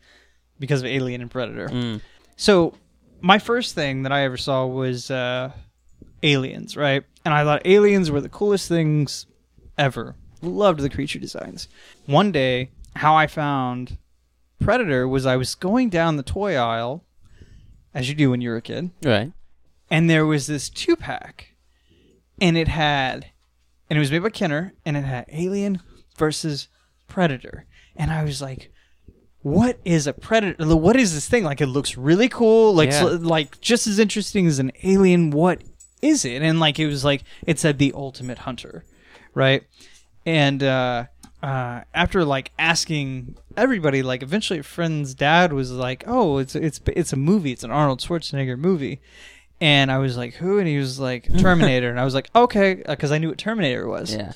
S3: because of Alien and Predator.
S4: Mm.
S3: So my first thing that I ever saw was uh, aliens, right? And I thought aliens were the coolest things ever. Loved the creature designs. One day, how I found Predator was I was going down the toy aisle, as you do when you're a kid,
S4: Right.
S3: and there was this two pack, and it had, and it was made by Kenner, and it had Alien versus Predator, and I was like, what is a predator? Like, What is this thing? Like it looks really cool, like
S4: Yeah.
S3: so- like just as interesting as an alien. What is it? And like it was like it said the ultimate hunter, right? And uh, uh, after like asking everybody, like eventually a friend's dad was like, "Oh, it's it's it's a movie. It's an Arnold Schwarzenegger movie." and I was like, "Who?" And he was like, "Terminator," and I was like, "Okay," because I knew what Terminator was.
S4: Yeah.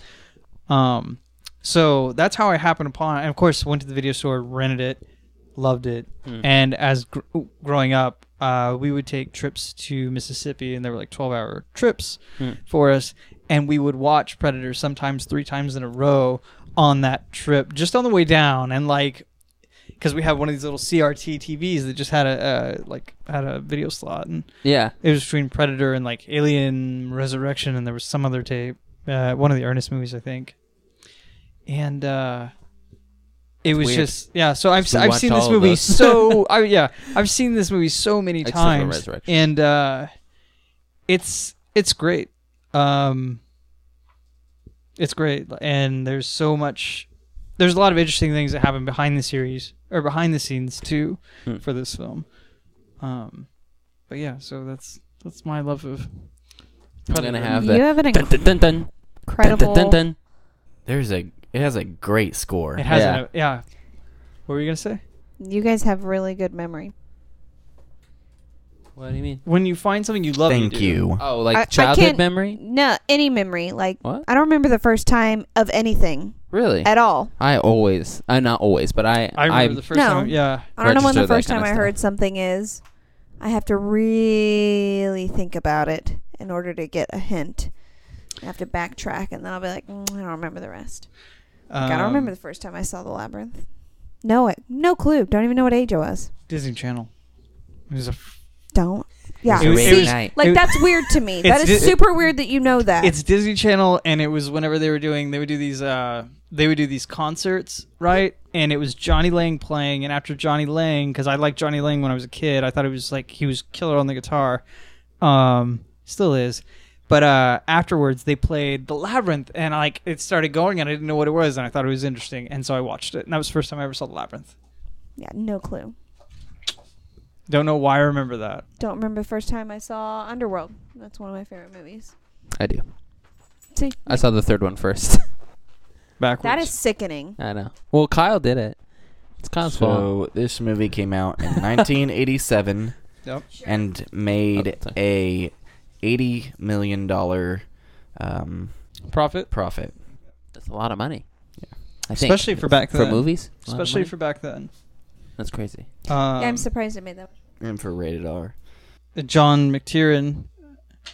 S3: Um, so that's how I happened upon. And of course, went to the video store, rented it, loved it.
S4: Mm-hmm. Hmm.
S3: And as gr- growing up, uh, we would take trips to Mississippi, and they were like twelve-hour trips
S4: Hmm.
S3: for us. And we would watch Predator sometimes three times in a row on that trip, just on the way down, and like. Because we had one of these little CRT TVs that just had a uh, like had a video slot, and
S4: Yeah.
S3: it was between Predator and like Alien Resurrection, and there was some other tape, uh, one of the Ernest movies, I think. And uh, it was
S4: weird.
S3: just yeah. So I've
S4: We
S3: I've
S4: watch
S3: seen this
S4: all of
S3: movie
S4: those.
S3: so I, yeah I've seen this movie so many
S4: Except for
S3: times,
S4: Resurrection.
S3: and uh, it's it's great. Um, it's great, and there's so much. There's a lot of interesting things that happen behind the series or behind the scenes too
S4: Hmm.
S3: for this film. Um, but yeah, so that's that's my love of.
S4: I'm gonna
S3: Predator.
S4: have
S5: you
S4: that.
S5: have an
S4: Dun, dun, dun, dun, dun,
S5: incredible.
S4: dun, dun, dun.
S1: There's a it has a great score.
S3: It has
S4: Yeah.
S3: an- yeah. What were you gonna say?
S5: You guys have really good memory.
S4: What do you mean?
S3: When you find something you love,
S1: Thank
S3: do.
S1: you.
S4: Oh, like
S5: I- I
S4: childhood
S5: can't-
S4: memory?
S5: No, any memory. Like
S4: What? Eh.
S5: I don't remember the first time of anything
S4: Really?
S5: at all.
S4: I always, I not always, but I,
S3: I remember the first
S5: No.
S3: time. Yeah,
S5: I don't know when
S4: Register
S5: the
S4: that
S5: first
S4: kinda
S5: time I
S4: stuff.
S5: heard something is. I have to really think about it in order to get a hint. I have to backtrack, and then I'll be like, mm, I don't remember the rest. Like,
S3: Um,
S5: I don't remember the first time I saw the labyrinth. No, it, no clue. Don't even know what age I was.
S3: Disney Channel. It was a f-
S5: Don't. Yeah,
S3: It was-
S5: see?
S3: it was-
S4: night.
S5: like
S3: it-
S5: that's weird to me.
S3: It's
S5: That is
S3: di-
S5: super weird that you know that.
S3: it's Disney Channel, and it was whenever they were doing, they would do these, uh, they would do these concerts, right? And it was Johnny Lang playing, and after Johnny Lang, because I liked Johnny Lang when I was a kid, I thought it was like he was killer on the guitar, um, still is. But uh, afterwards, they played the labyrinth, and like it started going, and I didn't know what it was, and I thought it was interesting, and so I watched it, and that was the first time I ever saw the labyrinth.
S5: yeah, no clue.
S3: Don't know why I remember that.
S5: Don't remember the first time I saw Underworld. That's one of my favorite movies.
S4: I do.
S5: See,
S4: I saw the third one first.
S3: Backwards.
S5: that is sickening.
S4: I know. Well, Kyle did it. It's Kyle's fault.
S1: So this movie came out in 1987
S3: Yep.
S1: and made
S4: Oh, sorry.
S1: a 80 million dollar um,
S3: profit,
S1: profit.
S4: That's a lot of money.
S1: Yeah.
S4: I think.
S3: especially for back
S4: for
S3: then.
S4: movies. A lot of
S3: especially
S4: money?
S3: for back then.
S4: That's crazy.
S3: Um,
S5: yeah, I'm surprised it made that.
S1: And for rated R.
S3: John McTiernan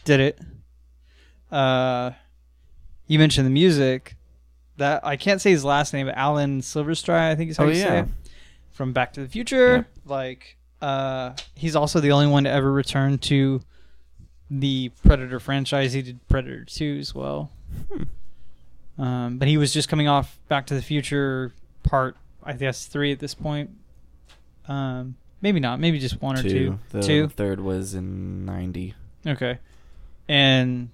S3: did it. Uh, you mentioned the music. That I can't say his last name, but Alan Silverstry, I think is how
S1: Oh,
S3: you say
S1: yeah.
S3: it. From Back to the Future. Like, uh, he's also the only one to ever return to the Predator franchise. He did Predator 2 as well.
S1: Hmm.
S3: Um, but he was just coming off Back to the Future part, I guess, 3 at this point. Um, maybe not. Maybe just one or two.
S1: The
S3: two.
S1: third was in 90.
S3: Okay. And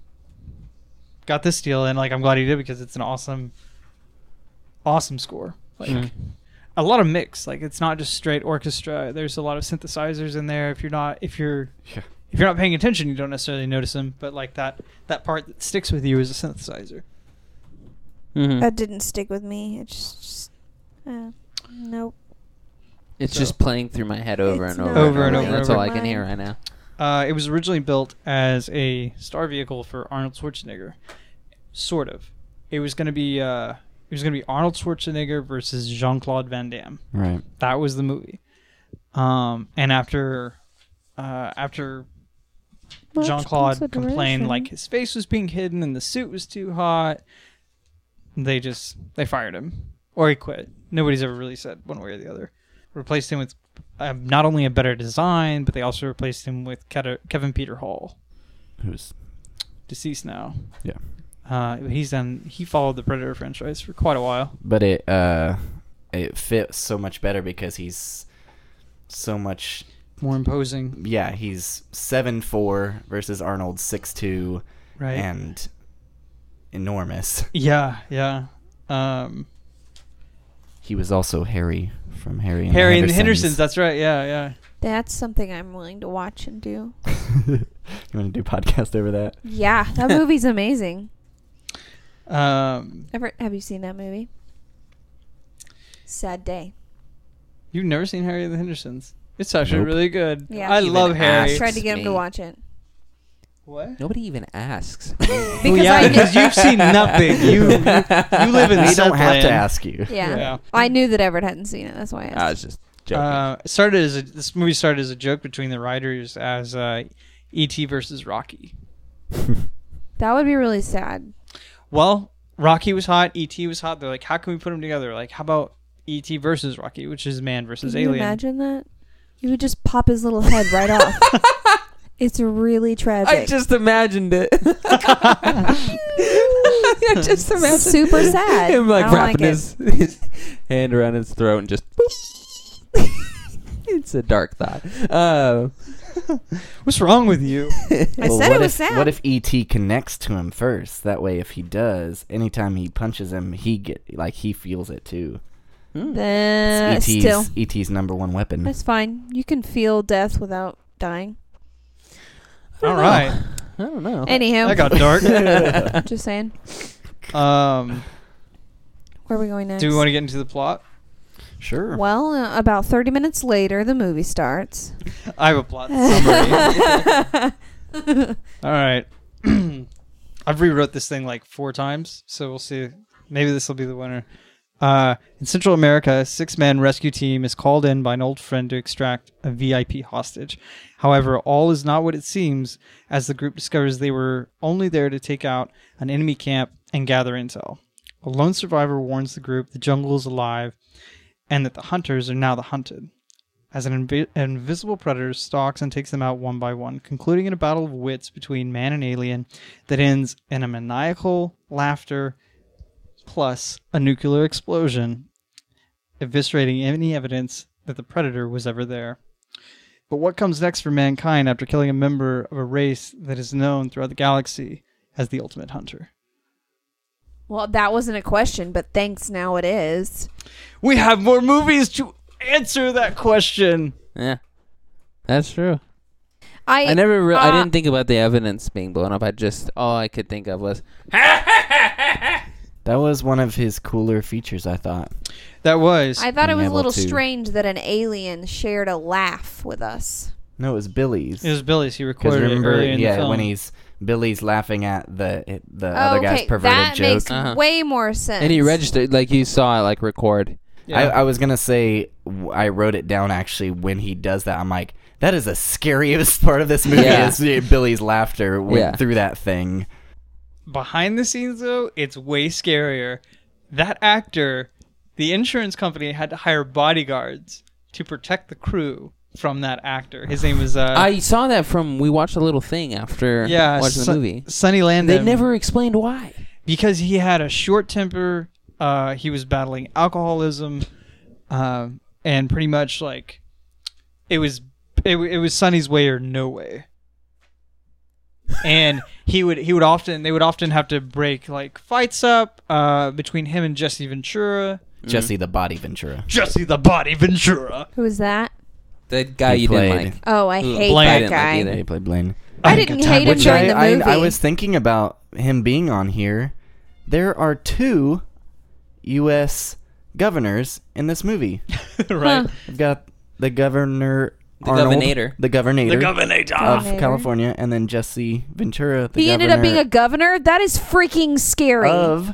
S3: got this deal and like I'm glad he did because it's an awesome awesome score. Like
S4: Mhm.
S3: a lot of mix. Like it's not just straight orchestra. There's a lot of synthesizers in there. If you're not if you're
S1: Yeah.
S3: if you're not paying attention, you don't necessarily notice them, but like that that part that sticks with you is a synthesizer.
S4: Mhm.
S5: That didn't stick with me. It just, just uh, nope.
S4: It's
S3: So-
S4: just playing through my head over
S5: It's
S4: and over,
S5: not
S3: Over and
S4: again.
S3: over
S4: That's
S3: and
S4: all
S5: over.
S4: I can hear
S5: Mine.
S4: right now.
S3: Uh, it was originally built as a star vehicle for Arnold Schwarzenegger, sort of. It was going to be uh, it was going to be Arnold Schwarzenegger versus Jean Claude Van Damme.
S1: Right.
S3: That was the movie. Um, and after uh, after Jean Claude complained like his face was being hidden and the suit was too hot, they just they fired him or he quit. Nobody's ever really said one way or the other. Replaced him with uh, not only a better design, but they also replaced him with Keta- Kevin Peter Hall,
S1: Who's
S3: deceased now.
S1: Yeah.
S3: Uh, but he's done. He followed the Predator franchise for quite a while.
S1: but it uh it fits so much better because he's so much
S3: More imposing,
S1: yeah, he's seven four versus Arnold six two
S3: right?
S1: and enormous.
S3: yeah, yeah. Um,
S1: He was also Harry from Harry and
S3: Harry
S1: the
S3: and the Hendersons.
S1: Hendersons.
S3: That's right. Yeah, yeah.
S5: That's something I'm willing to watch and do.
S1: you want to do podcast over that?
S5: Yeah, that movie's amazing.
S3: Um,
S5: Ever have you seen that movie? Sad day.
S3: you've never seen Harry and the Hendersons. It's actually
S1: Nope.
S3: really good.
S5: Yeah.
S3: I
S5: Even
S3: love
S4: asked.
S3: Harry.
S5: Tried to get him to
S4: me.
S5: watch it.
S3: What?
S4: Nobody even asks.
S5: Because
S3: well, yeah,
S5: I
S3: because
S5: knew,
S3: you've seen nothing. You you, you live in.
S1: They don't have
S3: Southland.
S1: to ask you.
S5: yeah.
S3: Yeah.
S5: I knew that Everett hadn't seen it. That's why I asked.
S4: I was just joking.
S3: Uh, it started as a, this movie started as a joke between the writers as uh, E.T. versus Rocky.
S5: that would be really sad.
S3: Well, Rocky was hot, E.T. was hot. They're like, how can we put them together? Like, how about E.T. versus Rocky, which is man
S5: Can
S3: versus
S5: you
S3: alien?
S5: imagine that? You would just pop his little head right off. It's really tragic.
S4: I just imagined it. I just imagined
S5: Super sad.
S4: him like
S5: I don't
S4: wrapping
S5: like it.
S4: his, his hand around his throat and just. boop. it's a dark thought. Uh,
S3: What's wrong with you?
S5: I
S1: Well,
S5: said
S1: what
S5: it was
S1: if,
S5: sad.
S1: What if ET connects to him first? That way, if he does, anytime he punches him, he get like he feels it too. E
S5: then
S1: ET's
S5: Uh, still,
S1: ET's number one weapon.
S5: that's fine. You can feel death without dying.
S3: All right,
S4: I don't know.
S5: Anywho,
S3: that got dark.
S5: just saying.
S3: Um,
S5: Where are we going next?
S3: do we want to get into the plot?
S1: Sure.
S5: Well, uh, about 30 minutes later, the movie starts.
S3: I have a plot summary. All right, I've rewrote this thing like four times, so we'll see. Maybe this will be the winner. Uh, in Central America, a six-man rescue team is called in by an old friend to extract a VIP hostage. However, all is not what it seems, as the group discovers they were only there to take out an enemy camp and gather intel. A lone survivor warns the group the jungle is alive, and that the hunters are now the hunted as an invi- invisible predator stalks and takes them out one by one, concluding in a battle of wits between man and alien that ends in a maniacal laughter plus a nuclear explosion, eviscerating any evidence that the predator was ever there. But what comes next for mankind after killing a member of a race that is known throughout the galaxy as the ultimate hunter?
S5: well, that wasn't a question, but thanks, now it is.
S3: We have more movies to answer that question.
S4: Yeah, that's true.
S5: I,
S4: I never. Re- I
S5: uh,
S4: didn't think about the evidence being blown up. I just all I could think of was
S1: That was one of his cooler features, I thought.
S3: That was
S5: I thought it
S1: being
S5: was a
S1: able
S5: little
S1: to-
S5: strange that an alien shared a laugh with us.
S1: No, it was Billy's.
S3: it was Billy's. He
S1: Because
S3: recorded it
S1: remember,
S3: earlier in the
S1: yeah,
S3: film.
S1: when he's Billy's laughing at the the other guy's
S5: Oh, okay,
S1: perverted
S5: that
S1: joke.
S5: makes
S4: Uh-huh.
S5: way more sense.
S4: and he registered like you saw it like record.
S3: Yeah.
S1: I, I was gonna say w- I wrote it down actually when he does that. I'm like, that is the scariest part of this movie
S4: Yeah.
S1: is uh, Billy's laughter went
S4: Yeah.
S1: through that thing.
S3: behind the scenes though it's way scarier that actor the insurance company had to hire bodyguards to protect the crew from that actor his name was uh
S4: I saw that from we watched a little thing after
S3: yeah
S4: watching
S3: Sun-
S4: the movie.
S3: sunny landon
S4: They never explained why.
S3: because he had a short temper uh he was battling alcoholism um and pretty much like it was it, w- it was Sonny's way or no way and he would he would often they would often have to break like fights up uh between him and jesse ventura
S4: Mm.
S1: Jesse the Body Ventura.
S3: Jesse the Body Ventura.
S5: Who was that?
S4: That guy
S1: He
S4: you
S1: played.
S4: didn't like.
S5: Oh, I
S4: Ooh,
S5: hate
S3: Mm, Blaine. I
S5: that
S4: didn't like
S5: guy.
S4: either.
S1: They played Blaine.
S5: I didn't
S3: time
S5: hate him
S3: with
S1: Which
S5: during
S1: I,
S5: the
S1: I,
S5: movie.
S1: I was thinking about him being on here. There are two U.S. governors in this movie.
S3: right.
S1: I've got the governor.
S4: The
S1: Arnold,
S4: governator.
S1: The governor. The governor of
S5: Governator.
S1: California, and then Jesse Ventura. The
S5: he ended up being a
S1: governor
S5: governor? That is freaking scary.
S1: of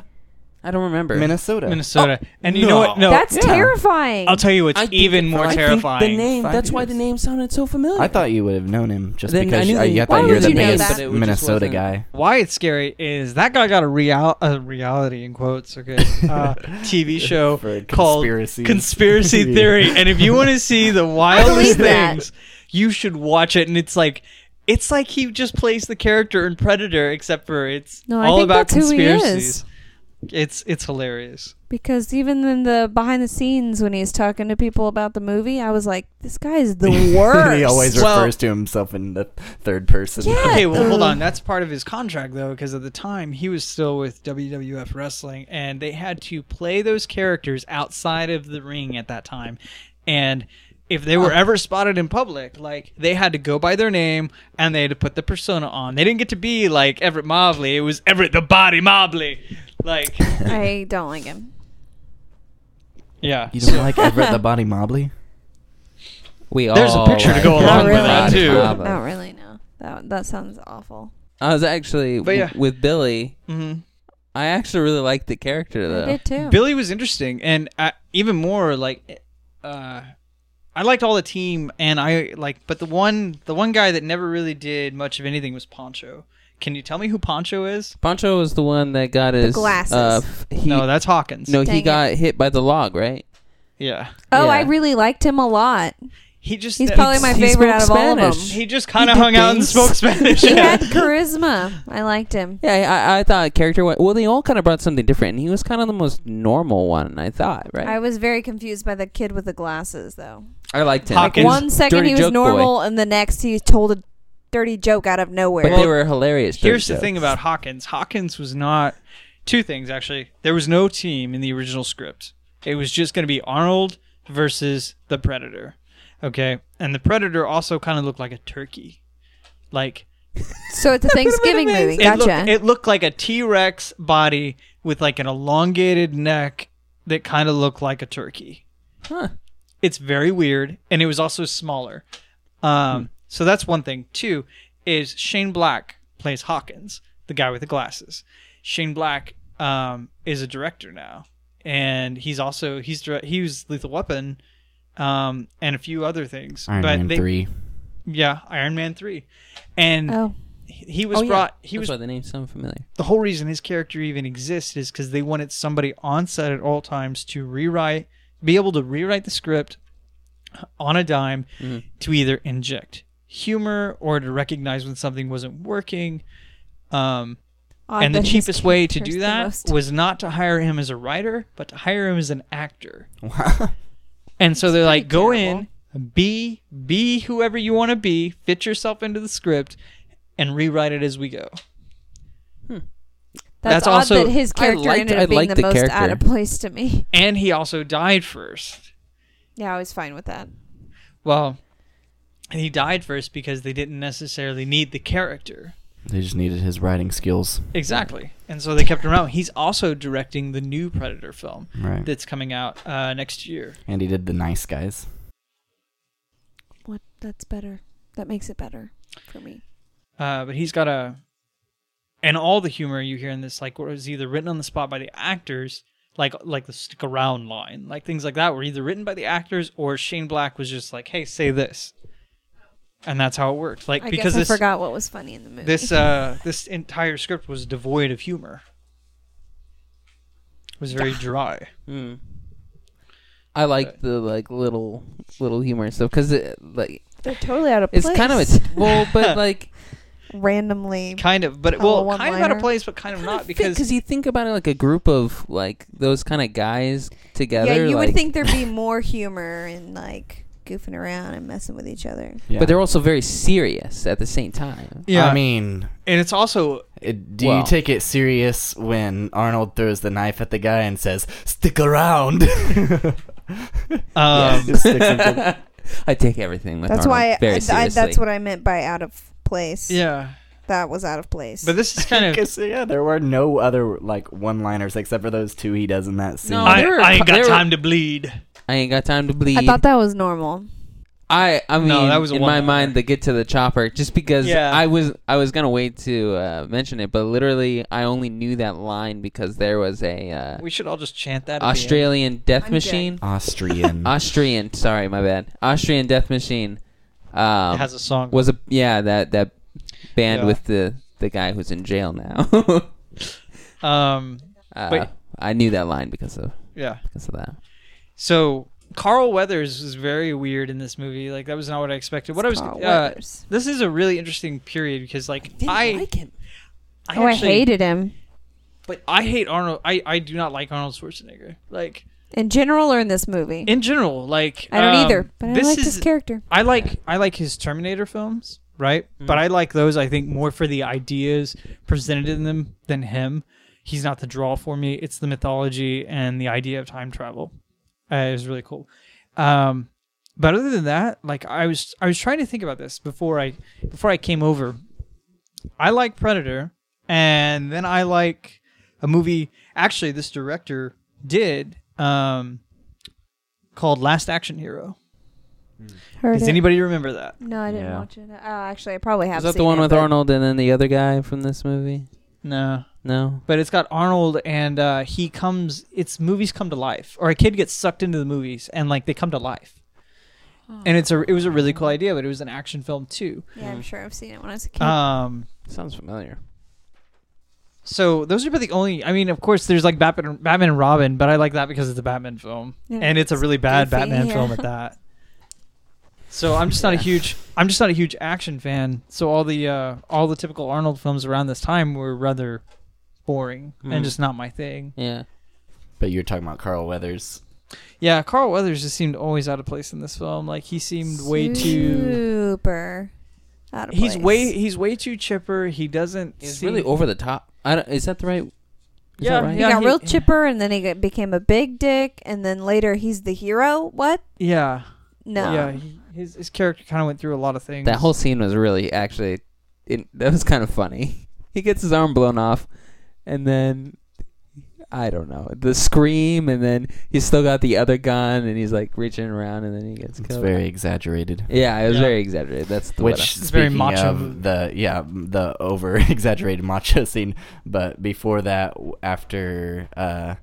S4: I don't remember.
S1: Minnesota.
S3: Minnesota. and you know what? No,
S5: That's
S1: yeah.
S5: terrifying.
S3: I'll tell you what's
S4: I think
S3: even
S4: it-
S3: more
S4: I think
S3: terrifying.
S4: The name.
S1: Five
S4: That's why the
S1: years.
S4: name sounded so familiar.
S1: I thought you would have known him just
S4: Then I
S1: because
S4: knew
S1: you,
S4: that you-
S1: I, I thought
S4: Why
S1: you were
S4: would
S1: the
S4: you know
S1: biggest
S5: that? But it
S4: just
S1: Minnesota
S4: wasn't-
S1: guy.
S3: Why it's scary is that guy got a real a reality in quotes, okay? Uh, TV show
S1: For a
S3: called
S1: conspiracy.
S3: Conspiracy
S1: Yeah.
S3: Theory. And if you want to see the wildest
S5: believe that.
S3: things, you should watch it. And it's like. It's like he just plays the character in Predator, except for it's
S5: No, I
S3: all
S5: think
S3: about
S5: that's who he is.
S3: conspiracies. It's it's hilarious.
S5: Because even in the behind the scenes when he's talking to people about the movie, I was like, this guy is the worst.
S1: he always
S3: Well-
S1: refers to himself in the third person.
S5: Yeah.
S3: Okay, well, hold
S5: Ugh.
S3: on. That's part of his contract, though, because at the time he was still with WWF Wrestling, and they had to play those characters outside of the ring at that time. And if they were ever spotted in public, like they had to go by their name and they had to put the persona on. They didn't get to be like Everett Mobley. It was Everett the Body Mobley. Like,
S5: I don't like him.
S3: yeah.
S1: You don't like Everett the Body Mobley?
S4: We
S3: There's a
S4: all
S3: picture to
S4: like
S3: go
S4: him.
S3: along
S5: with
S4: Not
S5: that,
S3: too.
S4: Pablo.
S5: Not really. No, that that sounds awful.
S4: I was actually
S3: But yeah.
S4: w- with Billy.
S3: Mm-hmm.
S4: I actually really liked the character
S5: I
S4: though.
S5: did too.
S3: Billy was interesting, and I, even more like, uh, I liked all the team, and I like, but the one the one guy that never really did much of anything was Poncho. Can you tell me who Poncho is?
S4: Poncho was the one that got his
S5: glasses.
S4: Uh, f- he,
S3: no,
S4: no,
S3: that's Hawkins.
S4: he
S5: Dang it.
S4: got hit by the log, right?
S3: yeah,
S5: oh,
S4: yeah.
S5: I really liked him a lot.
S3: he just
S5: He's probably my
S4: he
S5: favorite out of
S4: spoke
S5: all of
S4: Spanish.
S5: them.
S3: he just kind
S4: he
S3: of
S4: did
S3: hung out and
S4: things.
S3: spoke Spanish.
S5: He had
S3: yeah.
S5: charisma. I liked him.
S4: Yeah, I, I thought character. wa- Well, they all kind of brought something different, and he was kind of the most normal one. I thought, right?
S5: I was very confused by the kid with the glasses, though.
S4: I liked him.
S3: Hawkins.
S5: One second
S4: Dirty
S5: he was
S4: joke boy.
S5: normal, and the next he told a dirty joke out of nowhere.
S4: but they were hilarious.
S3: Here's the
S4: jokes.
S3: thing about Hawkins. Hawkins was not two things actually. There was no team in the original script. It was just going to be Arnold versus the Predator. Okay, and the Predator also kind of looked like a turkey, like
S5: so it's a Thanksgiving movie.
S3: it looked,
S5: Gotcha.
S3: it looked like a T Rex body with like an elongated neck that kind of looked like a turkey.
S4: Huh.
S3: It's very weird, and it was also smaller.
S1: Hmm.
S3: Um, So that's one thing. Two is Shane Black plays Hawkins, the guy with the glasses. Shane Black um, is a director now, and he's also he's dire- he was Lethal Weapon, um, and a few other things.
S1: Iron
S3: but
S1: Man
S3: they-
S1: three.
S3: yeah, Iron Man three, and
S5: oh,
S3: he he was
S4: Oh, yeah.
S3: brought he
S4: That's
S3: was
S4: why the name sounds familiar.
S3: the whole reason his character even exists is because they wanted somebody on set at all times to rewrite, be able to rewrite the script on a dime to either inject humor or to recognize when something wasn't working. Um,
S5: odd
S3: and the
S5: that his
S3: cheapest way to
S5: character's
S3: do
S5: the
S3: that
S5: most-
S3: was not to hire him as a writer, but to hire him as an actor. And so they're like,
S5: pretty
S3: go
S5: terrible.
S3: in, be be whoever you want to be, fit yourself into the script, and rewrite it as we go. that's
S5: That's, odd
S3: also-
S5: that his
S4: I
S5: character
S4: liked-
S5: ended
S4: I
S5: up being
S4: liked
S5: the,
S4: the
S5: most out
S4: character.
S5: of place to me.
S3: And he also died first.
S5: Yeah, I was fine with that.
S3: Well, and he died first because they didn't necessarily need the character.
S1: They just needed his writing skills.
S3: Exactly. And so they kept him around. He's also directing the new Predator film
S1: Right.
S3: that's coming out uh, next year.
S1: and he did the nice guys.
S5: What? That's better. That makes it better for me.
S3: Uh, but he's got a. And all the humor you hear in this, like, was either written on the spot by the actors, like like the stick around line, like things like that, were either written by the actors or Shane Black was just like, "Hey, say this," and that's how it worked. Like
S5: I
S3: because
S5: guess
S3: this
S5: I forgot what was funny in the movie.
S3: this uh this entire script was devoid of humor. It was very dry.
S4: Mm. I like the like little little humor and stuff because it like
S5: They're totally out of place.
S4: it's kind of a well, but like
S5: randomly.
S3: Kind of, but it,
S5: Hollow
S3: well, kind of out
S5: one-liner.
S3: of place, but kind of not because
S4: because you think about it like a group of like those kind of guys together.
S5: Yeah, you
S4: like-
S5: would think there'd be more humor and like goofing around and messing with each other.
S1: Yeah.
S4: but they're also very serious at the same time.
S3: yeah,
S1: I mean,
S3: and it's also
S1: it, do
S4: Well.
S1: you take it serious when Arnold throws the knife at the guy and says, "Stick around"?
S3: um,
S1: Just sticks into-
S4: I take everything with
S5: That's
S4: Arnold
S5: why.
S4: very
S5: I, I,
S4: seriously.
S5: that's what I meant by out of place.
S3: yeah,
S5: that was out of place.
S3: but this is kind of.
S1: 'Cause, yeah, there were no other like one-liners except for those two he does in that scene.
S4: No,
S3: I,
S4: there
S3: I
S4: were cou-
S3: ain't
S4: there
S3: got
S4: were-
S3: time to bleed.
S4: I ain't got time to bleed.
S5: I thought that was normal.
S4: I I mean,
S3: No, that was a
S4: in my
S3: one-liner.
S4: mind, the get to the chopper, just because
S3: Yeah.
S4: I was I was gonna wait to uh, mention it, but literally I only knew that line because there was a uh,
S3: We should all just chant that. at the end.
S4: Australian death
S5: I'm dead.
S4: machine.
S1: Austrian.
S4: Austrian, sorry, my bad. Austrian death machine. Um,
S3: It has a song.
S4: was a yeah that that band
S3: Yeah.
S4: with the the guy who's in jail now.
S3: um,
S4: uh,
S3: Wait.
S4: I knew that line because of
S3: yeah.
S4: because of that.
S3: So Carl Weathers was very weird in this movie. Like that was not what I expected. What I was.
S5: Carl
S3: Uh,
S5: Weathers.
S3: this is a really interesting period because like I,
S4: him.
S3: I
S5: oh,
S3: actually-
S5: I hated him
S3: But I hate Arnold. I, I do not like Arnold Schwarzenegger. Like
S5: in general or in this movie.
S3: in general, like
S5: Mm-hmm. I don't
S3: um,
S5: either, but I
S3: this
S5: liked
S3: is
S5: his character.
S3: I like I like his Terminator films, right? But I like those. I think more for the ideas presented in them than him. He's not the draw for me. It's the mythology and the idea of time travel. Uh, it was really cool. Um, but other than that, like I was I was trying to think about this before I before I came over. I like Predator, and then I like a movie. Actually, this director did um, called Last Action Hero.
S5: Heard
S3: Does
S5: it.
S3: anybody remember that?
S5: No, I didn't
S1: Yeah.
S5: watch it. Oh, actually, I probably have.
S4: Is that the
S5: seen
S4: one
S5: it,
S4: with
S5: but-
S4: Arnold and then the other guy from this movie?
S3: No.
S4: No.
S3: But it's got Arnold and uh, he comes it's movies come to life. Or a kid gets sucked into the movies and like they come to life. And it's a it was a really cool idea, but it was an action film too.
S5: Yeah, I'm sure I've seen it when I was a kid.
S3: Um
S4: Sounds familiar.
S3: so those are about the only I mean, of course there's like Batman Batman and Robin, but I like that because it's a Batman film.
S5: Yeah,
S3: and it's a really bad
S5: goofy,
S3: Batman
S5: yeah.
S3: film at that. So I'm just not a huge I'm just not a huge action fan. So all the uh, all the typical Arnold films around this time were rather boring
S4: Mm.
S3: and just not my thing.
S4: Yeah.
S1: But you're talking about Carl Weathers.
S3: Yeah, Carl Weathers just seemed always out of place in this film. Like he seemed way too
S5: super out of
S3: He's
S5: place.
S3: way he's way too chipper. He doesn't
S4: It's
S3: seem-
S4: really over the top. I don't, is that the right? Is
S3: Yeah,
S4: That right?
S5: He
S3: yeah.
S5: got
S3: he-
S5: real chipper, and then he got, became a big dick, and then later he's the hero. What?
S3: Yeah.
S5: No.
S3: Yeah, he, his his character kind of went through a lot of things.
S4: That whole scene was really actually, it, that was kind of funny. He gets his arm blown off, and then I don't know the scream, and then he's still got the other gun, and he's like reaching around, and then he gets
S1: It's
S4: killed.
S1: very exaggerated.
S4: yeah, it was
S3: Yeah.
S4: very exaggerated. That's the
S1: Which
S4: what I-
S3: It's very
S1: speaking
S3: macho.
S1: of the yeah the over exaggerated macho scene, but before that, w- after uh,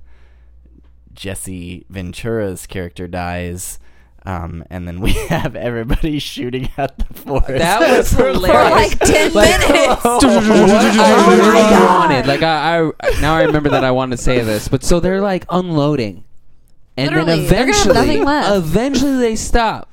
S1: Jesse Ventura's character dies, um, and then we have everybody shooting at the forest.
S4: that was
S1: For
S5: For
S4: hilarious.
S5: like ten
S4: Like-
S5: minutes.
S1: Oh
S4: I
S5: my God.
S4: wanted. Like I, I now I remember that I wanted to say this, but so they're like unloading, and then
S5: Literally, they're gonna have
S4: eventually,
S5: nothing left.
S4: eventually they stop,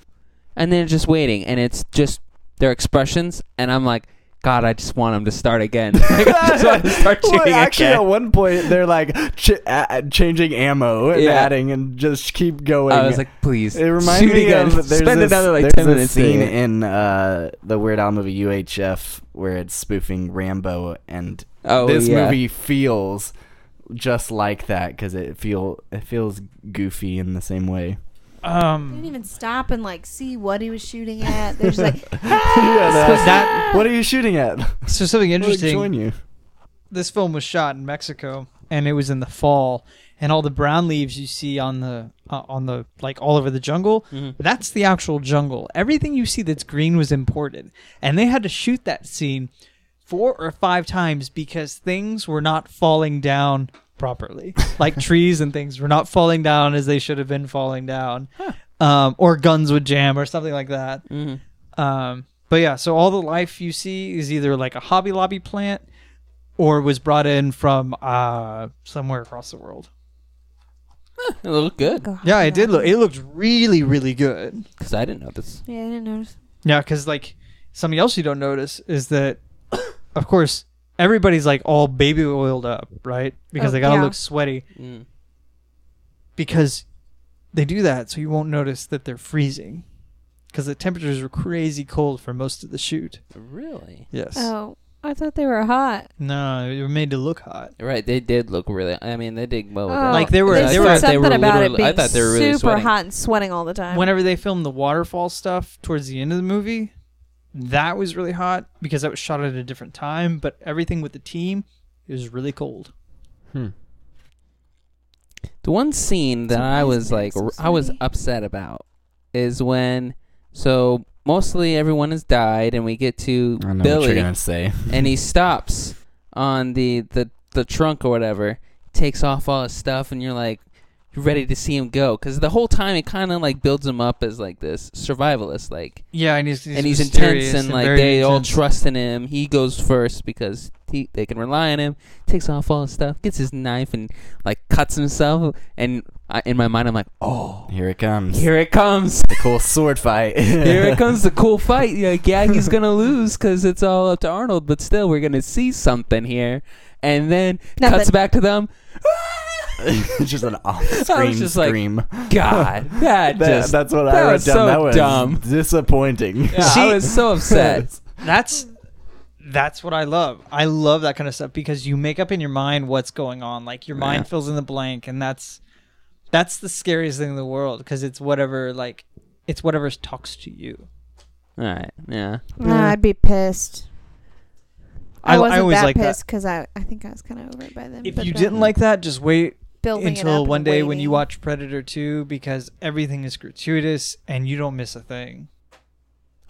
S4: and they're just waiting, and it's just their expressions, and I'm like, God, I just want them to start again. Like, I just want 'em to start
S1: Well,
S4: shooting
S1: actually, at
S4: again.
S1: one point they're like ch- uh, changing ammo and
S4: Yeah.
S1: adding, and just keep going.
S4: I was like, please,
S1: It reminds
S4: shoot
S1: me
S4: again.
S1: of there's
S4: Spend
S1: this,
S4: another like
S1: there's
S4: ten
S1: this
S4: minutes.
S1: scene
S4: there.
S1: in uh, the Weird Al movie UHF where it's spoofing Rambo, and
S4: oh
S1: this
S4: yeah.
S1: movie feels just like that because it feel it feels goofy in the same way.
S5: They didn't
S3: um
S5: even stop and like see what he was shooting at. There's like
S1: Yeah, that-
S3: that-
S1: what are you shooting at?
S3: so something
S1: I'll join
S3: interesting.
S1: you.
S3: This film was shot in Mexico and it was in the fall and all the brown leaves you see on the uh, on the like all over the jungle
S4: Mhm.
S3: That's the actual jungle. Everything you see that's green was imported. And they had to shoot that scene four or five times because things were not falling down properly. like trees and things were not falling down as they should have been falling down. Um, or guns would jam or something like that.
S4: Mhm.
S3: Um, but yeah, so all the life you see is either like a Hobby Lobby plant or was brought in from uh, somewhere across the world.
S4: It looked good
S5: God,
S3: Yeah, it
S5: no.
S3: did look, it looked really, really good.
S4: because I didn't know this.
S5: Yeah, I didn't notice.
S3: Yeah, because like something else you don't notice is that, of course, everybody's like all baby oiled up, right? Because
S5: Oh,
S3: they gotta
S5: yeah.
S3: look sweaty.
S1: Mm.
S3: Because they do that, so you won't notice that they're freezing. Because the temperatures were crazy cold for most of the shoot.
S4: Really?
S3: Yes.
S5: Oh, I thought they were hot.
S3: No, they were made to look hot.
S4: Right, they did look really. I mean, they did well. With
S5: Oh,
S4: that.
S3: Like, they were-
S5: They
S3: they
S5: said
S3: were-
S5: something about it
S4: literally-
S5: being
S4: I thought they were really
S5: super
S4: sweating.
S5: hot and sweating all the time.
S3: Whenever they filmed the waterfall stuff towards the end of the movie, that was really hot because that was shot at a different time. But everything with the team, it was really cold.
S4: The one scene that I
S5: Surprised
S4: was
S5: they're
S4: like,
S5: so
S4: r- I was
S5: sweaty.
S4: upset about is when, so mostly everyone has died, and we get to
S1: I know what you're
S4: Billy,
S1: gonna say.
S4: and he stops on the, the the trunk or whatever, takes off all his stuff, and you're like, you're ready to see him go, because the whole time it kind of like builds him up as like this survivalist, like,
S3: Yeah, and he's, he's
S4: and he's
S3: mysterious
S4: intense, and like
S3: very
S4: they all
S3: intense.
S4: trust in him. He goes first because he they can rely on him. Takes off all his stuff, gets his knife, and like cuts himself. And I, in my mind, I'm like, oh.
S1: Here it comes.
S4: Here it comes.
S1: the cool sword fight.
S4: Here it comes the cool fight. You're Like, yeah, he's gonna lose because it's all up to Arnold. But still, we're gonna see something here. And then
S5: Nothing.
S4: cuts back to them.
S1: just an off-screen
S4: just like,
S1: scream.
S4: God,
S1: That-
S4: that, just
S1: that's what
S4: that
S1: I wrote
S4: was
S1: down.
S4: so
S1: that was
S4: dumb.
S1: disappointing.
S4: Yeah, I
S3: See-
S4: was so upset.
S3: that's that's what I love. I love that kind of stuff because you make up in your mind what's going on. Like your mind
S4: Yeah.
S3: fills in the blank, and that's that's the scariest thing in the world because it's whatever like it's whatever talks to you.
S4: all right, yeah.
S3: Mm.
S5: Nah, I'd be pissed.
S3: I-
S5: I,
S3: I
S5: wasn't
S3: always
S5: that
S3: like that.
S5: pissed because I, I think I was kind of over it by then.
S3: If
S5: but
S3: you
S5: then-
S3: didn't like that, just wait
S5: building it
S3: until
S5: up
S3: one
S5: and
S3: day when you
S5: waiting.
S3: watch Predator 2 because everything is gratuitous and you don't miss a thing.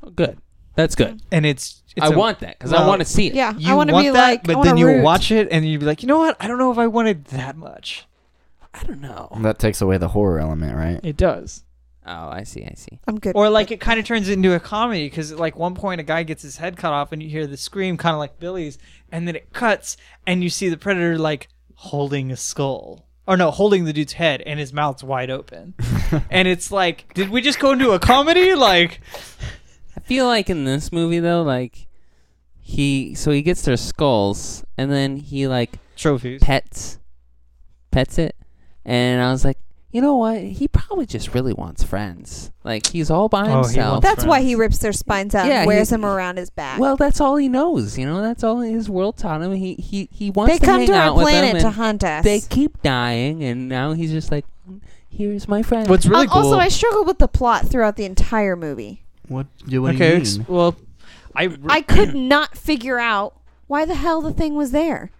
S4: Oh, good. That's good.
S3: And it's, it's
S4: I
S3: a-
S4: want that because I
S3: well,
S4: want to see it.
S5: Mm. Yeah,
S3: you
S5: I want to be
S3: that,
S5: like, I
S3: but
S5: wanna
S3: then you
S5: root.
S3: watch it and you'd be like, you know what? I don't know if I wanted that much.
S4: I don't know.
S1: That takes away the horror element, right?
S3: It does.
S4: Oh, I see. I see.
S5: I'm good.
S3: Or like it kind of turns into a comedy because at like one point a guy gets his head cut off and you hear the scream kind of like Billy's, and then it cuts and you see the predator like holding a skull. Or no, holding the dude's head and his mouth's wide open. and it's like, did we just go into a comedy? Like
S4: I feel like in this movie though, like he so he gets their skulls and then he like
S3: trophies.
S4: pets pets it, and I was like, you know what? He probably just really wants friends. Like he's all by
S3: Oh, he
S4: himself.
S3: wants-
S5: That's why he rips their spines out
S4: Yeah,
S5: and wears
S4: he-
S5: them around his back.
S4: well, that's all he knows. You know, that's all his world taught him. He he he wants
S5: they
S4: to
S5: come
S4: hang
S5: to
S4: out
S5: our
S4: with them
S5: planet to
S4: and
S5: hunt us.
S4: They keep dying, and now he's just like, here's my friend.
S3: What's really
S5: Um,
S3: cool.
S5: Also, I struggled with the plot throughout the entire movie.
S1: What? Do,
S3: okay, ex- well, I,
S5: I could not figure out why the hell the thing was there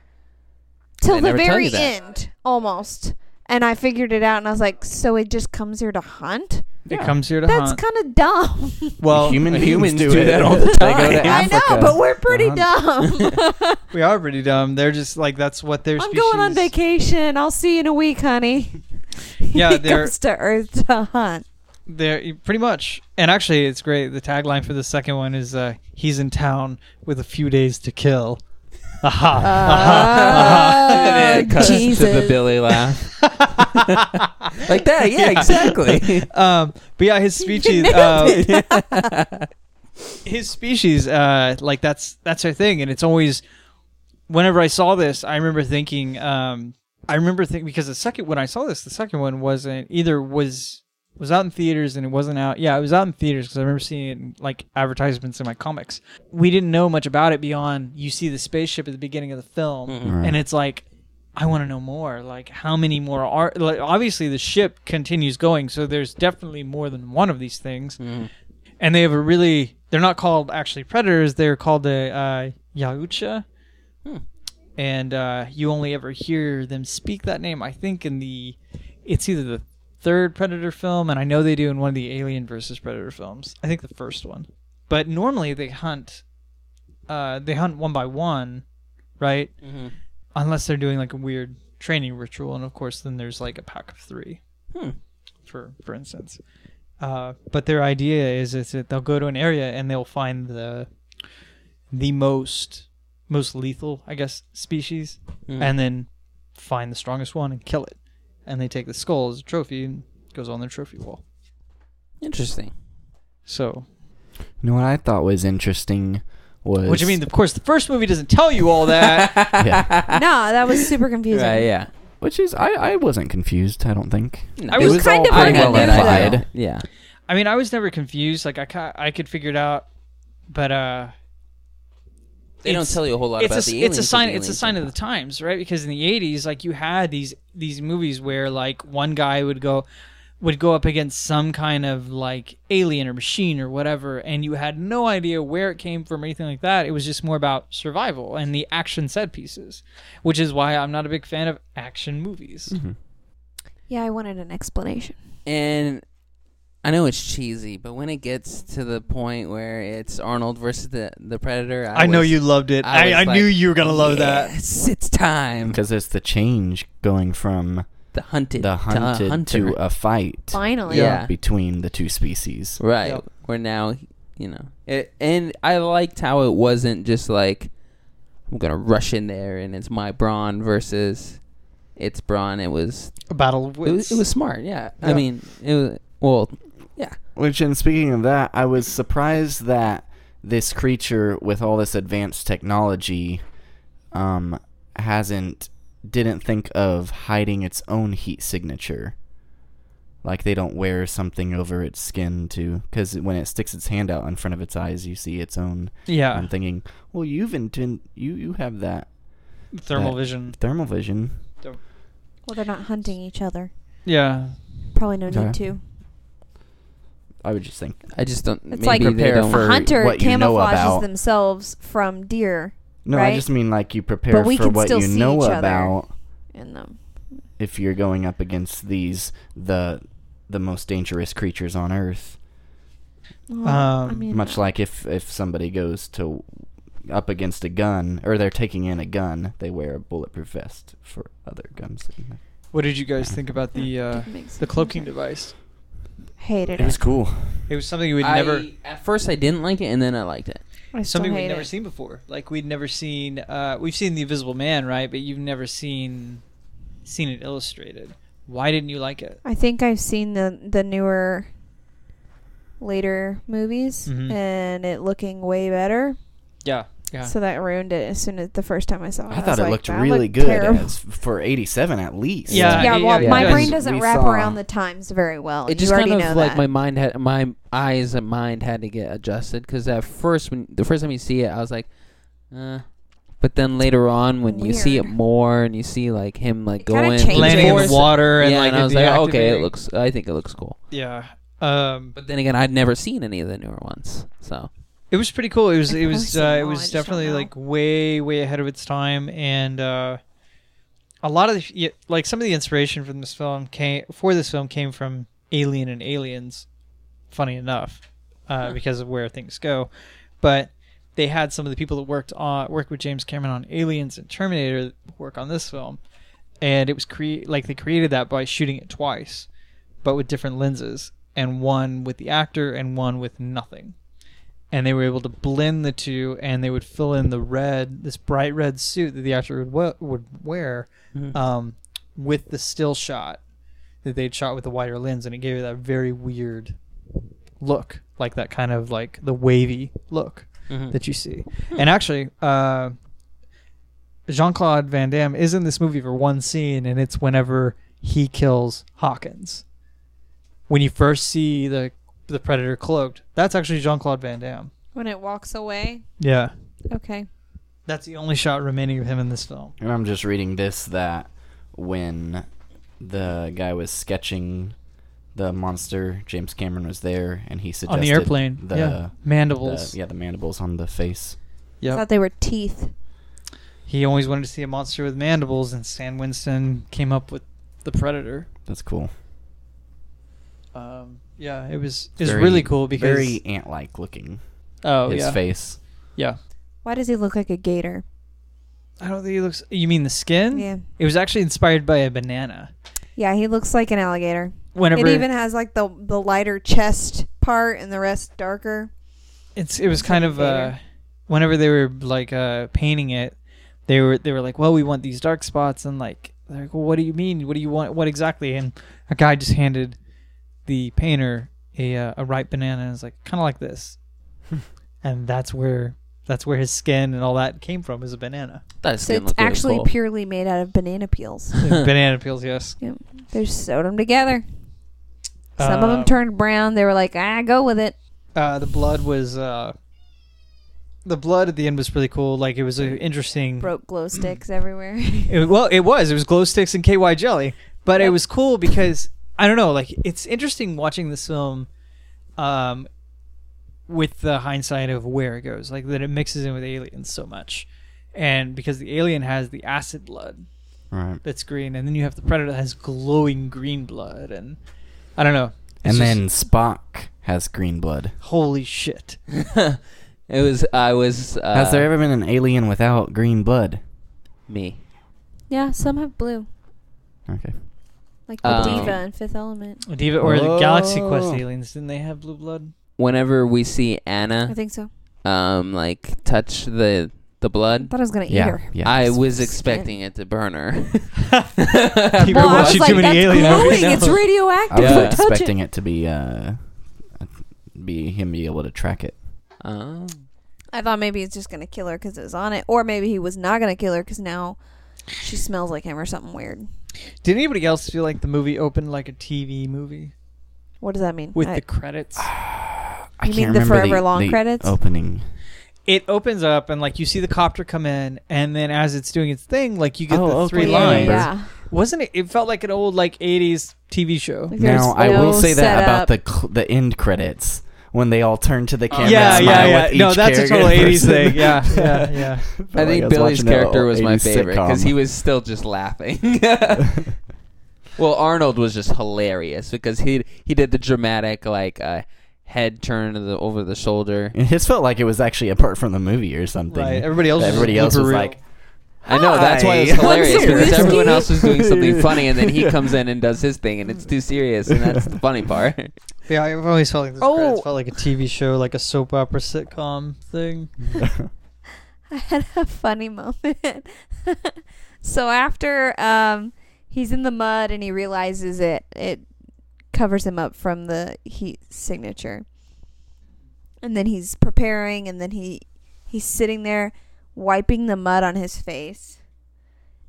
S5: till
S4: They
S5: the
S4: never tell
S5: very
S4: you that.
S5: end, almost. And I figured it out, and I was like, "So it just comes here to hunt?
S3: it comes here to
S5: That's
S3: hunt.
S5: kind of dumb."
S3: well,
S1: human
S4: humans
S1: humans do,
S4: do
S1: it.
S4: that all the
S1: They go
S4: time.
S1: to
S5: I
S1: Africa.
S5: know, but we're pretty
S1: hunt.
S5: dumb.
S3: we are pretty dumb. They're just like that's what their
S5: I'm
S3: species.
S5: going on vacation. I'll see you in a week, honey.
S3: Yeah,
S5: he
S3: they're-
S5: comes to Earth to hunt.
S3: There, pretty much. And actually, it's great. The tagline for the second one is uh, "He's in town with a few days to kill." Aha!
S5: Oh,
S3: Uh,
S4: and then it cuts Uh, to the
S5: Jesus.
S4: Billy laugh. like that,
S3: Yeah.
S4: yeah, exactly.
S3: um, but yeah, his species, uh, his species, uh, like that's that's her thing, and it's always. Whenever I saw this, I remember thinking. Um, I remember thinking because the second when I saw this, the second one wasn't either was was out in theaters and it wasn't out. Yeah, it was out in theaters because I remember seeing it in, like advertisements in my comics. We didn't know much about it beyond you see the spaceship at the beginning of the film, and it's like I want to know more. Like, how many more are? Like, obviously, the ship continues going, so there's definitely more than one of these things.
S4: Hmm.
S3: And they have a really. They're not called actually predators. They're called the uh, Yaucha. And uh, you only ever hear them speak that name, I think, in the. It's either the third Predator film, and I know they do in one of the Alien versus Predator films. I think the first one. But normally they hunt. Uh, they hunt one by one, right? unless they're doing like a weird training ritual and of course then there's like a pack of three
S4: Hmm.
S3: for for instance uh, but their idea is is that they'll go to an area and they'll find the the most most lethal i guess species
S4: Hmm.
S3: and then find the strongest one and kill it and they take the skull as a trophy and it goes on their trophy wall
S4: Interesting.
S3: so
S1: You know what I thought was interesting was.
S3: which i mean of course the first movie doesn't tell you all that
S1: Yeah.
S5: no, that was super confusing.
S4: Right, yeah.
S1: Which is, I, I wasn't confused. I don't think.
S4: No.
S3: I It was was
S5: kind all of
S4: I
S5: hard to
S4: had
S5: do,
S4: that
S5: though.
S4: idea. Yeah.
S3: I mean, I was never confused. Like I, ca- I could figure it out, but uh,
S4: They don't
S3: It's-
S4: tell you a whole lot
S3: it's
S4: about
S3: a,
S4: the
S3: it's
S4: aliens.
S3: a sign.
S4: 'cause
S3: It's a
S4: aliens
S3: sign
S4: are-
S3: of the times, right? Because in the '80s, like you had these these movies where like one guy would go would go up against some kind of like alien or machine or whatever, and you had no idea where it came from or anything like that. It was just more about survival and the action set pieces, which is why I'm not a big fan of action movies.
S1: Mm-hmm.
S5: Yeah, I wanted an explanation.
S4: And I know it's cheesy, but when it gets to the point where it's Arnold versus the, the Predator, I, was-
S3: loved it.
S4: I was like,
S3: you were gonna
S4: Yes, it's time.
S1: Because it's the change going from
S4: The hunted.
S1: the
S4: to a
S1: hunted
S4: hunter.
S1: to a fight
S5: Finally,
S4: Yeah.
S1: between the two species.
S4: Right.
S3: Yep.
S4: Where now, you know, it, and I liked how it wasn't just like I'm gonna rush in there and it's my brawn versus it's brawn. It was
S3: A battle of
S4: it
S3: wits.
S4: was, it was smart. Yeah. I
S2: Yeah.
S4: mean, it was well.
S1: Which, and speaking of that, I was surprised that this creature with all this advanced technology um, hasn't didn't think of hiding its own heat signature. Like they don't wear something over its skin to, because when it sticks its hand out in front of its eyes, you see its own.
S3: yeah,
S1: I'm thinking, well, you've intend you you have that
S3: thermal
S1: that-
S3: vision.
S1: thermal vision.
S5: Well, they're not hunting each other.
S3: Yeah,
S5: Probably no
S1: Okay.
S5: need to.
S1: I would just think
S4: I just don't.
S5: It's
S4: maybe
S5: like
S4: they
S1: prepare
S4: don't-
S1: for-
S5: a hunter
S1: what you know
S5: camouflages
S1: about-
S5: themselves from deer
S1: no, I
S5: Right?
S1: just mean like you prepare
S5: we
S1: for
S5: can
S1: what
S5: still
S1: you
S5: see
S1: know
S5: each other.
S1: about
S5: in them.
S1: if you're going up against these the the most dangerous creatures on Earth.
S5: Well, I
S3: Um,
S5: mean,
S1: Much like if if somebody goes to up against a gun or they're taking in a gun, they wear a bulletproof vest for other guns.
S3: What did you guys think about the uh,
S5: Didn't make sense.
S3: the cloaking device?
S5: hated
S1: It
S5: it.
S1: was cool.
S3: It was something we'd
S4: I-
S3: never
S4: At first, I didn't like it, and then I liked it.
S5: I still
S3: something we'd
S5: hate
S3: never
S5: it.
S3: seen before. Like we'd never seen. Uh, we've seen the Invisible Man, right? But you've never seen seen it illustrated. Why didn't you like it?
S5: I think I've seen the the newer, later movies,
S3: Mhm.
S5: and it looking way better.
S3: Yeah, yeah.
S5: So that ruined it as soon as the first time Oh, I saw it.
S1: I
S5: was
S1: thought it
S5: like,
S1: looked
S5: "That
S1: really
S5: looked
S1: good
S5: terrible."
S1: as for 87 at least.
S3: Yeah,
S5: yeah,
S3: it-
S5: well,
S4: yeah,
S5: my
S4: because
S5: brain doesn't
S1: we
S5: wrap
S1: saw-
S5: around the times very well.
S4: It
S5: you
S4: just
S5: already
S4: kind of
S5: know
S4: like
S5: that.
S4: my mind had my eyes and mind had to get adjusted because at first, when the first time you see it, I was like, uh. But then later on, when you see it
S5: Weird.
S4: more and you see like him like
S5: It kinda
S4: going
S5: changes.
S3: Landing in
S4: forward-
S3: the water and
S4: yeah,
S3: like
S4: and I
S3: it
S4: was like, "Oh, okay,
S3: deactivating.
S4: it looks. I think it looks cool.
S3: Yeah. Um,
S4: But then again, I'd never seen any of the newer ones, so
S3: it was pretty cool. It was
S5: I've
S3: it
S5: never
S3: was
S5: seen
S3: uh,
S5: it
S3: it
S5: all, I
S3: was
S5: just don't
S3: definitely
S5: know.
S3: like way way ahead of its time, and uh, a lot of the, yeah, like some of the inspiration from this film came for this film came from Alien and Aliens. Funny enough, uh, because of where things go, but they had some of the people that worked on worked with James Cameron on Aliens and Terminator work on this film, and it was create like they created that by shooting it twice, but with different lenses, and one with the actor and one with nothing and they were able to blend the two and they would fill in the red this bright red suit that the actor would, we- would wear
S1: Mm-hmm.
S5: Uh,
S3: um, with the still shot that they'd shot with the wider lens and it gave it that very weird look like that kind of like the wavy look
S4: Mm-hmm. Hmm.
S3: that you see and actually uh, jean-claude van damme is in this movie for one scene and it's whenever he kills hawkins when you first see the the predator cloaked that's actually jean-claude van damme
S5: when it walks away.
S3: yeah.
S5: Okay.
S3: That's the only shot remaining of him in this film.
S1: And I'm just reading this that when the guy was sketching the monster, James Cameron was there and he suggested
S3: On the airplane.
S1: The,
S3: yeah.
S1: the-
S3: Mandibles.
S1: yeah, the mandibles on the face.
S5: I
S3: Yep.
S5: Thought they were teeth.
S3: He always wanted to see a monster with mandibles, and Stan Winston came up with the Predator.
S1: That's cool.
S3: Um, yeah, it was it was
S1: Very-
S3: really cool because
S1: very ant-like looking.
S3: oh
S1: his
S3: yeah
S1: face.
S3: yeah.
S5: Why does he look like a gator?
S3: I don't think he looks. You mean the skin?
S5: Yeah.
S3: It was actually inspired by a banana.
S5: Yeah, he looks like an alligator.
S3: Whenever
S5: It even has like the the lighter chest part and the rest darker.
S3: it's it was kind of uh,
S5: Vader.
S3: whenever they were like uh, painting it, they were they were like, well, we want these dark spots, and like they're like, well, what do you mean? What do you want? What exactly? And a guy just handed the painter a uh, a ripe banana, and it's like kind of like this, and that's where that's where his skin and all that came from is a banana.
S4: that's
S5: So it's actually purely made out of banana peels.
S3: banana peels, yes.
S5: They just sewed them together. Some of them
S3: Um,
S5: turned brown. They were like, ah, go with it.
S3: Uh, the blood was uh, the blood at the end was really cool. Like it was an interesting
S5: Broke glow sticks everywhere.
S3: It, well, it was. It was glow sticks and KY jelly, but it
S5: Yep.
S3: was cool because I don't know. Like it's interesting watching this film, um, with the hindsight of where it goes. Like that it mixes in with aliens so much, and because the alien has the acid blood
S1: Right.
S3: that's green, and then you have the predator that has glowing green blood, and I don't know. It's
S1: And
S3: just-
S1: then Spock has green blood.
S3: holy shit!
S4: it was. I was. Uh,
S1: Has there ever been an alien without green blood?
S4: me?
S5: yeah, some have blue,
S1: Okay.
S5: like the
S4: Um,
S5: diva in Fifth Element.
S3: Diva or the Galaxy Quest
S1: Oh.
S3: aliens didn't they have blue blood?
S4: Whenever we see
S5: I
S4: Anna,
S5: think so.
S4: um, like touch the the
S5: I
S4: blood,
S5: thought I was gonna eat
S1: Yeah.
S5: her.
S1: Yeah.
S4: I was
S5: Skin.
S4: expecting it to burn her.
S3: You've
S5: Well,
S3: been
S5: I was
S3: watching
S5: like,
S3: too many
S5: that's
S3: alien movies.
S5: glowing. It's radioactive.
S1: I was
S4: Yeah.
S5: Don't touch
S1: expecting
S5: it.
S1: it. to be uh be him be able to track it.
S4: oh.
S5: I thought maybe it's just gonna kill her because it was on it, or maybe he was not gonna kill her because now she smells like him or something weird.
S3: Did anybody else feel like the movie opened like a TV movie
S5: What does that mean?
S3: with
S5: I-
S3: the credits?
S1: I
S5: You
S1: can't
S5: mean the oh,
S1: remember
S5: forever long
S1: the
S5: credits?
S1: opening.
S3: It opens up and like you see the copter come in, and then as it's doing its thing, like you get
S1: Oh,
S3: the
S1: okay.
S3: three
S5: yeah,
S3: lines.
S5: Yeah, yeah.
S3: Wasn't it? It felt like an old like '80s TV show.
S5: Like, there's
S1: Now I will
S5: no
S1: say that
S5: setup.
S1: about the cl- the end credits when they all turn to the camera.
S3: Oh, yeah,
S1: and
S3: yeah,
S1: smile
S3: yeah.
S1: With
S3: No,
S1: each
S3: that's a
S1: character
S3: total
S1: in
S3: '80s
S1: person.
S3: thing. Yeah, yeah, yeah.
S1: Felt
S4: I
S1: like
S4: think
S1: was
S4: Billy's
S1: watching an
S4: character
S1: old
S4: was my
S1: 80s
S4: favorite because
S1: sitcom.
S4: he was still just laughing. Well, Arnold was just hilarious because he he did the dramatic like uh, head turn to the, over the shoulder.
S1: His felt like it was actually apart from the movie or something.
S3: Right. Everybody else.
S1: Everybody
S3: was
S1: else was
S3: Uber-
S1: like,
S4: I know that's why it's
S1: Hi.
S4: hilarious
S5: Want some
S4: because
S5: whiskey?
S4: everyone else is doing something funny and then he comes in and does his thing and it's too serious and that's the funny part.
S3: Yeah, I've always felt like this.
S5: Oh.
S3: credits felt like a TV show, like a soap opera sitcom thing.
S5: I had a funny moment. so after um, he's in the mud and he realizes it, it covers him up from the heat signature. And then he's preparing, and then he he's sitting there wiping the mud on his face.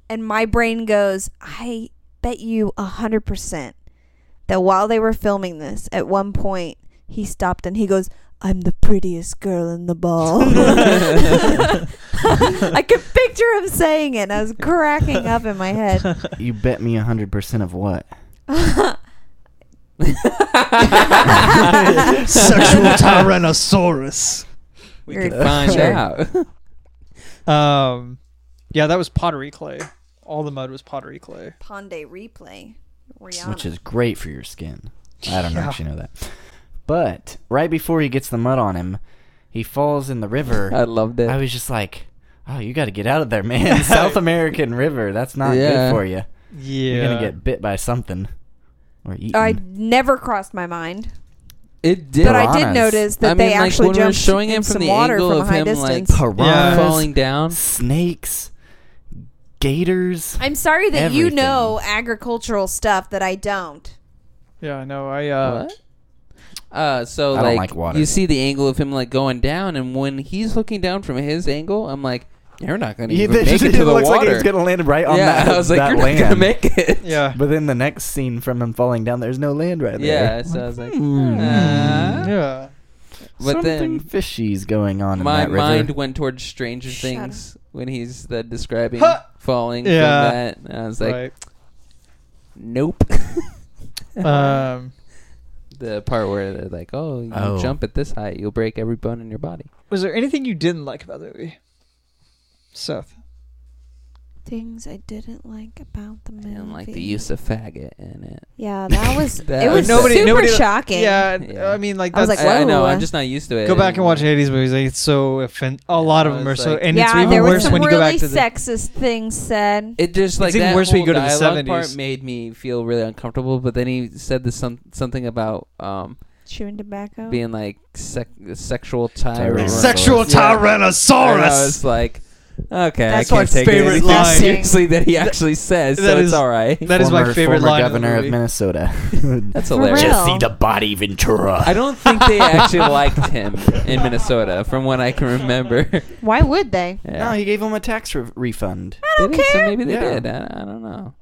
S5: And my brain goes, I bet you a hundred percent that while they were filming this, at one point he stopped and he goes, "I'm the prettiest girl in the ball." I could picture him saying it. And I was cracking up in my head.
S1: "You bet me hundred percent of what?"
S3: Sexual Tyrannosaurus.
S4: We
S5: You're
S4: can find
S5: sure.
S4: out.
S3: Um, yeah, that was pottery clay. All the mud was pottery clay.
S5: Ponde replay. Rihanna.
S1: which is great for your skin. I don't know
S3: Yeah.
S1: if you know that. But right before he gets the mud on him, he falls in the river.
S4: I loved
S1: I
S4: it.
S1: was just like, "Oh, you got to get out of there, man! South American river. That's not
S4: Yeah.
S1: good for you.
S3: Yeah,
S1: You're gonna get bit by something or eaten."
S5: Oh, I never crossed my mind,
S4: It did.
S5: but I did
S1: Piranhas.
S5: notice that
S4: I
S5: they
S4: mean, like,
S5: actually
S4: when we were
S5: jumped
S4: showing
S5: in
S4: it from
S5: some
S4: the
S5: water
S4: angle
S5: from a
S4: of
S5: high
S4: him, like,
S5: distance.
S3: Yeah.
S1: Piranhas,
S4: falling down.
S1: snakes, gators.
S5: I'm sorry that you
S1: Everything.
S5: know agricultural stuff that I don't.
S3: yeah. No, I uh,
S4: What? Uh, so
S1: I don't
S4: like,
S1: like water.
S4: you see the angle of him like going down, and when he's looking down from his angle, I'm like, you're not gonna even make it to the
S1: looks
S4: water.
S1: like he's gonna land right on
S4: yeah,
S1: that.
S4: I was like,
S1: that
S4: you're
S1: land.
S4: not gonna make it.
S3: yeah.
S1: But then the next scene from him falling down, there's no land right
S4: Yeah,
S1: there.
S4: so I was like,
S1: Hmm.
S4: "Ah."
S3: Mm, yeah.
S4: but
S1: Something
S4: then
S1: fishy's going on in
S4: my
S1: that river.
S4: mind went towards Stranger
S5: Shut
S4: Things when he's the describing
S3: Huh.
S4: falling
S3: Yeah.
S4: from that. And I was like,
S3: right.
S4: nope.
S1: Uh.
S3: um,
S4: the part where they're like, oh, you
S1: Oh.
S4: jump at this height, you'll break every bone in your body.
S3: was there anything you didn't like about the movie, Seth?
S5: Things I didn't like about the movie.
S4: And like the use of faggot in it.
S5: Yeah, that was
S4: That
S5: it
S4: was-
S5: was
S4: Nobody-
S5: super
S3: nobody-
S5: shocking.
S3: Yeah,
S4: Yeah.
S3: I mean, like
S5: I was
S3: that's
S5: like,
S4: I, I know,
S5: whoa.
S4: I'm just not used to it.
S3: go back and watch
S4: it.
S3: 80s movies. Like, it's so offend. A lot of
S4: I
S3: them are
S4: was
S3: so,
S4: like-
S3: and
S5: yeah,
S3: it's even
S5: there were
S3: worse
S5: some
S3: when you
S5: really
S3: go back to the.
S5: sexist things said.
S4: It just like
S3: It's even
S4: that
S3: worse
S4: whole
S3: when you go to the
S4: dialogue part
S3: 70s.
S4: made me feel really uncomfortable. But then he said this some something about um,
S5: Chewing tobacco.
S4: being like sec- sexual tyrant.
S1: Sex- Sexual
S4: And I
S3: Tyrannosaurus.
S4: was like, okay,
S3: That's
S4: I
S3: my
S4: can't take
S3: favorite
S4: anything
S3: line.
S4: seriously that he actually says.
S3: that
S4: so it's
S3: is-
S4: all right.
S3: That is my
S1: Former-
S3: favorite
S1: former
S3: line of the
S1: governor of,
S3: movie.
S1: Minnesota.
S4: That's
S5: For
S4: hilarious.
S5: real? Jesse the
S1: Body Ventura.
S4: I don't think they actually liked him in Minnesota, from what I can remember.
S5: Why would they?
S1: No,
S4: Yeah.
S1: he gave him a tax re- refund.
S5: I don't
S4: Did they? So
S5: care.
S4: maybe they
S1: Yeah.
S4: did. I, I don't know.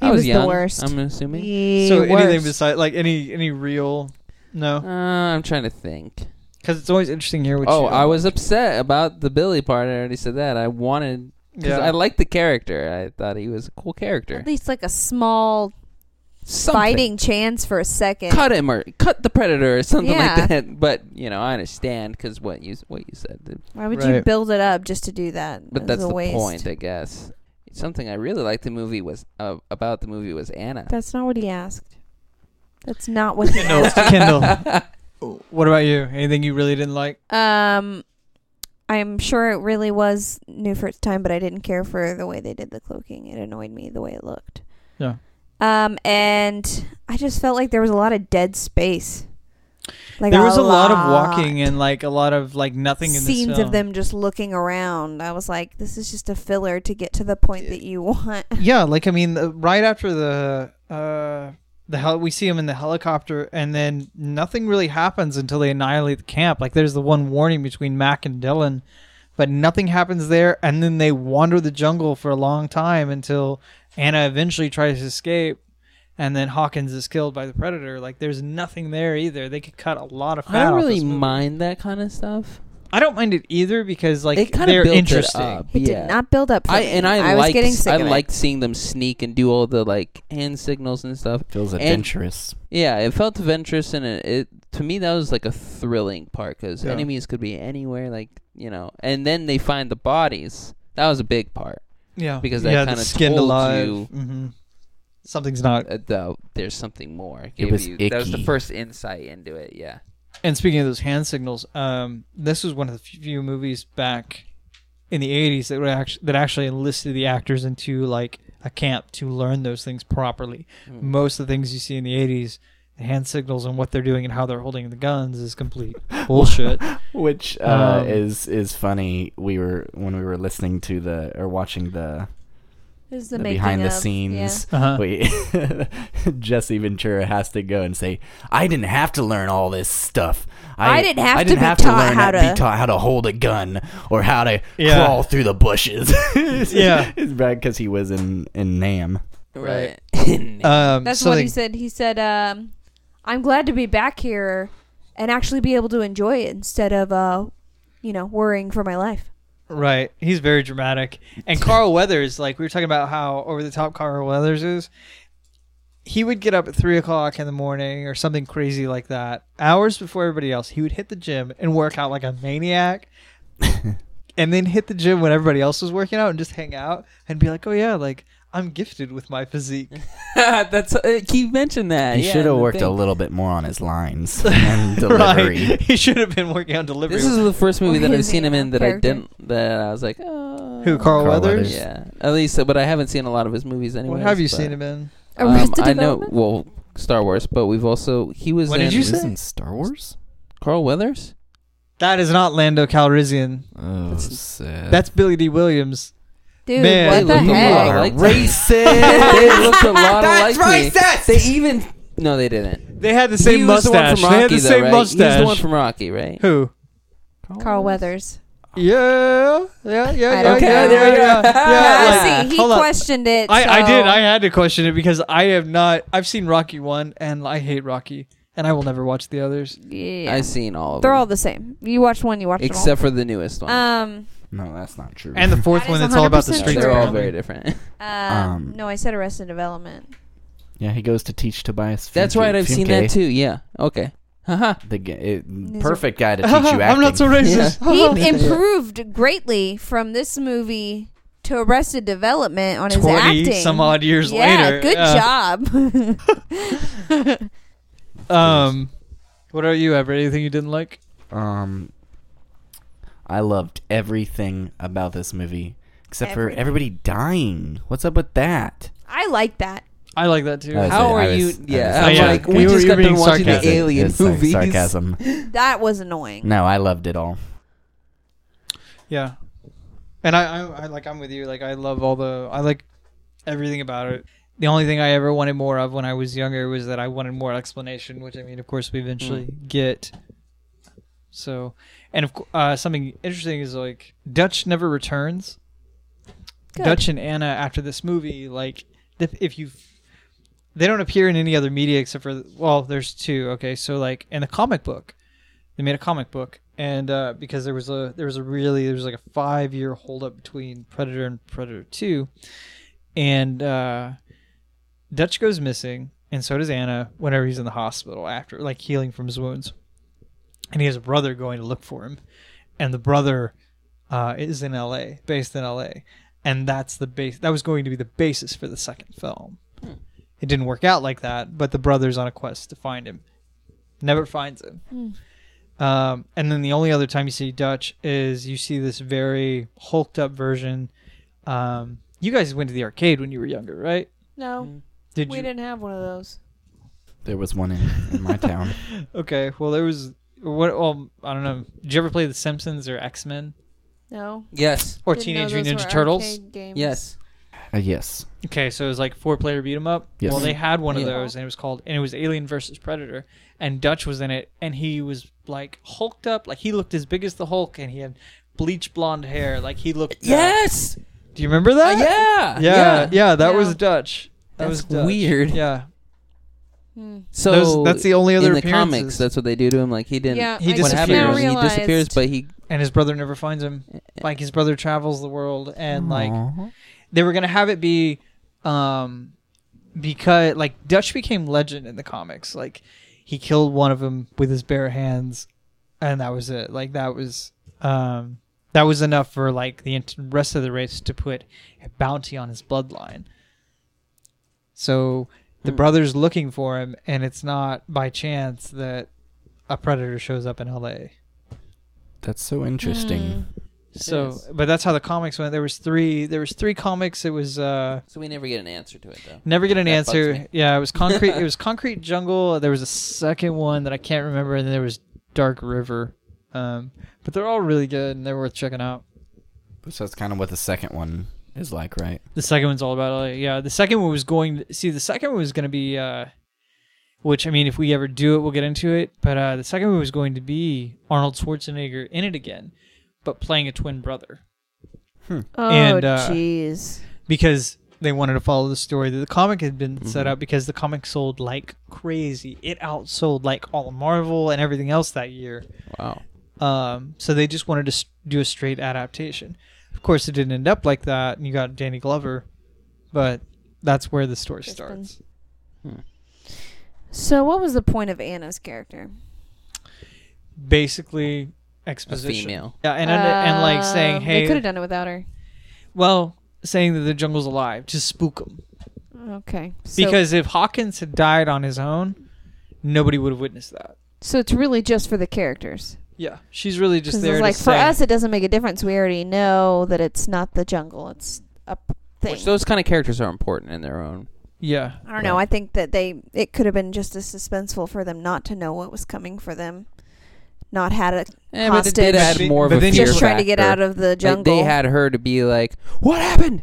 S5: He
S4: I
S5: was the
S4: young.
S5: worst.
S4: I'm assuming.
S5: The
S3: so anything
S5: worst.
S3: besides like any any real
S4: Uh,
S3: no
S4: I'm trying to think.
S3: because it's always interesting to hear what
S4: Oh,
S3: you
S4: I was upset about the Billy part. I already said that. I wanted because
S3: yeah
S4: I liked the character. I thought he was a cool character.
S5: At least like a small
S4: Something.
S5: fighting chance for a second.
S4: cut him or cut the predator or something
S5: Yeah.
S4: like that. But you know, I understand because what you what you said.
S5: Why would you
S3: Right.
S5: build it up just to do that?
S4: But
S5: It was
S4: that's
S5: a
S4: the
S5: waste.
S4: point, I guess. Something I really liked the movie was uh, about the movie was Anna.
S5: That's not what he asked. That's not what he
S3: Kendall,
S5: asked.
S3: Kendall.
S1: Oh.
S3: What about you? Anything you really didn't like?
S5: Um, I'm sure it really was new for its time, but I didn't care for the way they did the cloaking. It annoyed me the way it looked.
S3: Yeah.
S5: Um, and I just felt like there was a lot of dead space. Like
S3: there was a lot, of
S5: lot.
S3: walking and like a lot of like nothing in
S5: scenes
S3: this
S5: of
S3: film.
S5: them just looking around. I was like, this is just a filler to get to the point that you want.
S3: Yeah, like I mean, uh, right after the uh the hell, we see him in the helicopter, and then nothing really happens until they annihilate the camp. Like there's the one warning between Mac and Dylan, but nothing happens there, and then they wander the jungle for a long time until Anna eventually tries to escape. And then Hawkins is killed by the predator. Like, there's nothing there either. They could cut a lot of fat.
S4: I don't
S3: off
S4: really
S3: this movie.
S4: mind that kind of stuff.
S3: I don't mind it either because like
S4: it kind of
S3: they're
S4: built
S3: interesting.
S4: it up.
S5: It
S4: yeah.
S5: did not build up. For
S4: I
S5: me.
S4: and I,
S5: was
S4: liked
S5: getting sick
S4: I
S5: of it.
S4: liked seeing them sneak and do all the like hand signals and stuff.
S1: Feels
S4: And-
S1: adventurous.
S4: Yeah, it felt adventurous and it, it to me that was like a thrilling part because
S3: Yeah.
S4: enemies could be anywhere, like you know. And then they find the bodies. That was a big part
S3: Yeah,
S4: because that
S3: yeah, the
S4: kinda
S3: skinned
S4: told
S3: alive.
S4: you-
S3: hmm Something's not.
S4: Uh, though there's something more. It
S1: It was
S4: you, that was the
S1: icky.
S4: first insight into it. Yeah.
S3: And speaking of those hand signals, um, this was one of the few movies back in the '80s that were actually that actually enlisted the actors into like a camp to learn those things properly. Most of the things you see in the '80s, the hand signals and what they're doing and how they're holding the guns is complete bullshit.
S1: Which uh,
S3: Um,
S1: is is funny. We were when we were listening to the or watching the,
S5: There's the,
S1: the
S5: making
S1: behind the
S5: of,
S1: scenes.
S3: Uh-huh.
S1: We Jesse Ventura has to go and say, "I didn't have to learn all this stuff.
S5: I didn't have
S1: I
S5: to
S1: didn't
S5: be
S1: have
S5: taught
S1: learn
S5: how to-
S1: be taught how to hold a gun or how to
S3: Yeah.
S1: crawl through the bushes."
S3: Yeah.
S1: it's bad because he was in in Nam.
S4: Right.
S3: Um,
S5: Yeah. That's
S3: so
S5: what
S3: they-
S5: he said. He said, um, "I'm glad to be back here and actually be able to enjoy it instead of, uh, you know, worrying for my life."
S3: Right. He's very dramatic. And Carl Weathers, like we were talking about how over the top Carl Weathers is, he would get up at three o'clock in the morning or something crazy like that, hours before everybody else. He would hit the gym and work out like a maniac. and then hit the gym when everybody else was working out and just hang out and be like, oh, yeah, like I'm gifted with my physique.
S4: That's uh, he mentioned that.
S1: He
S4: yeah,
S1: should have
S4: the
S1: worked a
S4: thing.
S1: little bit more on his lines and delivery.
S3: Right. He should have been working on delivery.
S4: This is the first movie that I've
S5: His,
S4: seen him in
S5: uh,
S4: that
S5: character.
S4: I didn't. That I was like, oh.
S3: who, Carl,
S1: Carl
S3: Weathers?
S1: Weathers.
S4: Yeah, at least, uh, but I haven't seen a lot of his movies anyway.
S3: What have you seen him in?
S4: Um,
S5: Arrested
S4: I know.
S5: Development?
S4: Well, Star Wars, but we've also he was
S3: What
S4: in
S3: did you say?
S1: in Star Wars?
S4: Carl Weathers.
S3: That is not Lando Calrissian.
S1: Oh,
S4: That's-
S1: sad.
S3: That's Billy D. Williams.
S5: Dude,
S3: Man,
S5: what the
S4: look, you
S5: heck?
S4: are like
S1: racist.
S4: they looked a lot
S2: That's
S4: alike to me.
S2: racist!
S4: They even no, they didn't.
S3: They had the
S4: He
S3: same
S4: was the one
S3: mustache.
S4: from
S3: they had
S4: Rocky,
S3: the
S4: though,
S3: same
S4: right?
S3: mustache.
S4: He's the one from Rocky, right?
S3: Who?
S5: Carl Weathers.
S3: Yeah, yeah, yeah, yeah.
S5: I don't
S3: yeah,
S5: know.
S3: yeah, yeah,
S5: Yeah,
S3: yeah,
S5: see, he
S3: Hold on.
S5: questioned it.
S3: I, I
S5: so-
S3: did. I had to question it because I have not. I've seen Rocky one, and I hate Rocky, and I will never watch the others.
S5: yeah.
S4: I've seen all of
S5: They're
S4: them
S5: all the same. You watch one, you watch
S4: except for the newest one.
S5: them all. Um,
S1: no, that's not true.
S3: And the fourth
S5: That
S3: one
S5: is
S3: that's all about the
S5: 100%
S3: streets.
S4: they're all
S5: true.
S4: very different.
S5: um,
S1: Um,
S5: no, I said Arrested Development.
S1: yeah, he goes to teach Tobias.
S4: That's
S1: Funke-
S4: right. I've seen that
S1: Funke,
S4: too. Yeah. Okay. Haha.
S1: The g- it,
S5: He's a-
S1: perfect guy to teach you acting.
S3: I'm not so racist.
S5: He improved greatly from this movie to Arrested Development on his
S3: Twenty
S5: acting.
S3: some odd years
S5: yeah,
S3: later. uh.
S5: good
S3: yeah.
S5: job.
S3: Um, what are you, Everett? Anything you didn't like?
S1: Um, I loved everything about this movie except for
S5: Everything.
S1: everybody dying. What's up with that?
S5: I like that.
S3: I like that too.
S1: I
S4: How
S1: I
S4: are
S1: was-
S4: you?
S1: I was-
S4: yeah.
S3: Oh,
S4: I'm
S3: yeah.
S4: like,
S3: You
S4: we
S3: were-
S4: just
S3: you were
S4: got done
S3: being
S4: watching the
S3: sarcastic.
S4: alien
S1: It's like
S4: movies.
S1: sarcasm.
S5: That was annoying.
S1: No, I loved it all.
S3: Yeah, and I, I, I like I'm with you. Like I love all the I like everything about it. The only thing I ever wanted more of when I was younger was that I wanted more explanation, which I mean, of course, we eventually get. So, and of cou- uh, something interesting is like Dutch never returns.
S5: Good.
S3: Dutch and Anna after this movie, like th- if you, they don't appear in any other media except for well, there's two. Okay, so like in the comic book, they made a comic book, and uh, because there was a there was a really there was like a five year holdup between Predator and Predator Two, and uh, Dutch goes missing, and so does Anna whenever he's in the hospital after like healing from his wounds, and he has a brother going to look for him, and the brother uh, is in L.A. based in L.A. and that's the base that was going to be the basis for the second film.
S5: Hmm.
S3: It didn't work out like that, but the brother's on a quest to find him. Never finds him.
S5: Hmm.
S3: Um, and then the only other time you see Dutch is you see this very hulked up version. Um, you guys went to the arcade when you were younger, right?
S5: No,
S3: Did you?
S5: didn't have one of those.
S1: There was one in, in my town.
S3: Okay. Well, there was what? Well, I don't know. Did you ever play The Simpsons or X Men
S5: No.
S4: Yes.
S3: or
S5: Didn't know
S3: Teenage
S5: those
S3: Mutant Ninja
S5: were
S3: Turtles?
S5: arcade games.
S4: Yes.
S1: Uh, yes.
S3: Okay, so it was like four player beat 'em up.
S1: Yes.
S3: Well, they had one of
S4: Yeah.
S3: those, and it was called, and it was Alien versus Predator, and Dutch was in it, and he was like hulked up, like he looked as big as the Hulk, and he had bleach blonde hair, like he looked. uh,
S4: Yes. Uh,
S3: do you remember that?
S4: yeah.
S3: yeah, yeah, that
S5: Yeah.
S3: was Dutch. That was
S4: That's
S3: Dutch.
S4: weird.
S3: Yeah,
S5: Hmm.
S4: So
S3: Those- that's the only other
S4: in the
S3: appearances.
S4: comics. That's what they do to him. Like he didn't.
S5: Yeah,
S3: he
S5: I
S4: What
S5: just
S3: disappears.
S5: now
S4: happens? He
S5: realized.
S4: disappears, but he
S3: and his brother never finds him. Like his brother travels the world, and like
S1: Aw.
S3: they were gonna have it be um because like Dutch became legend in the comics. Like he killed one of them with his bare hands, and that was it. Like that was um that was enough for like the ent- rest of the race to put a bounty on his bloodline. So the
S4: Hmm.
S3: brother's looking for him, and it's not by chance that a predator shows up in L.A.
S1: That's so interesting.
S3: So,
S4: is.
S3: but that's how the comics went. There was three. There was three comics. It was uh,
S4: So we never get an answer to it though.
S3: never get an
S4: That bugs
S3: answer.
S4: me.
S3: Yeah, it was concrete. it was concrete jungle. There was a second one that I can't remember, and then there was Dark River. Um, but they're all really good, and they're worth checking out.
S1: So that's kind of what the second one is like, right?
S3: The second one's all about like, yeah. The second one was going. See, the second one was going to be, uh, which I mean, if we ever do it, we'll get into it. But uh, the second one was going to be Arnold Schwarzenegger in it again, but playing a twin brother
S5: Oh,
S3: And, uh,
S5: jeez.
S3: because they wanted to follow the story that the comic had been set up because the comic sold like crazy. It outsold like all of Marvel and everything else that year.
S4: Wow.
S3: Um, so they just wanted to s- do a straight adaptation. Of course, it didn't end up like that, and you got Danny Glover, but that's where the story
S5: Crispin.
S3: starts.
S5: So, what was the point of Anna's character?
S3: Basically,
S4: A
S3: exposition.
S4: female.
S3: Yeah, and under, and like saying,
S5: Um,
S3: "Hey,
S5: they could have done it without her."
S3: well, saying that the jungle's alive to spook them."
S5: Okay, so,
S3: Because if Hawkins had died on his own, nobody would have witnessed that.
S5: so it's really just for the characters.
S3: Yeah, she's really just
S5: 'Cause
S3: there
S5: it's
S3: to
S5: like for
S3: say-
S5: us, it doesn't make a difference. We already know that it's not the jungle; it's a p- thing.
S4: Which those kind of characters are important in their own.
S3: Yeah,
S5: I don't know. I think that they it could have been just as suspenseful for them not to know what was coming for them, not had it
S4: Eh, but it did
S5: Hostage.
S4: add more of
S3: But
S4: a
S3: then
S4: fear
S3: you-
S5: just trying to get
S4: factor.
S5: out of the
S4: Like,
S5: jungle.
S4: they had her to be like, "What happened?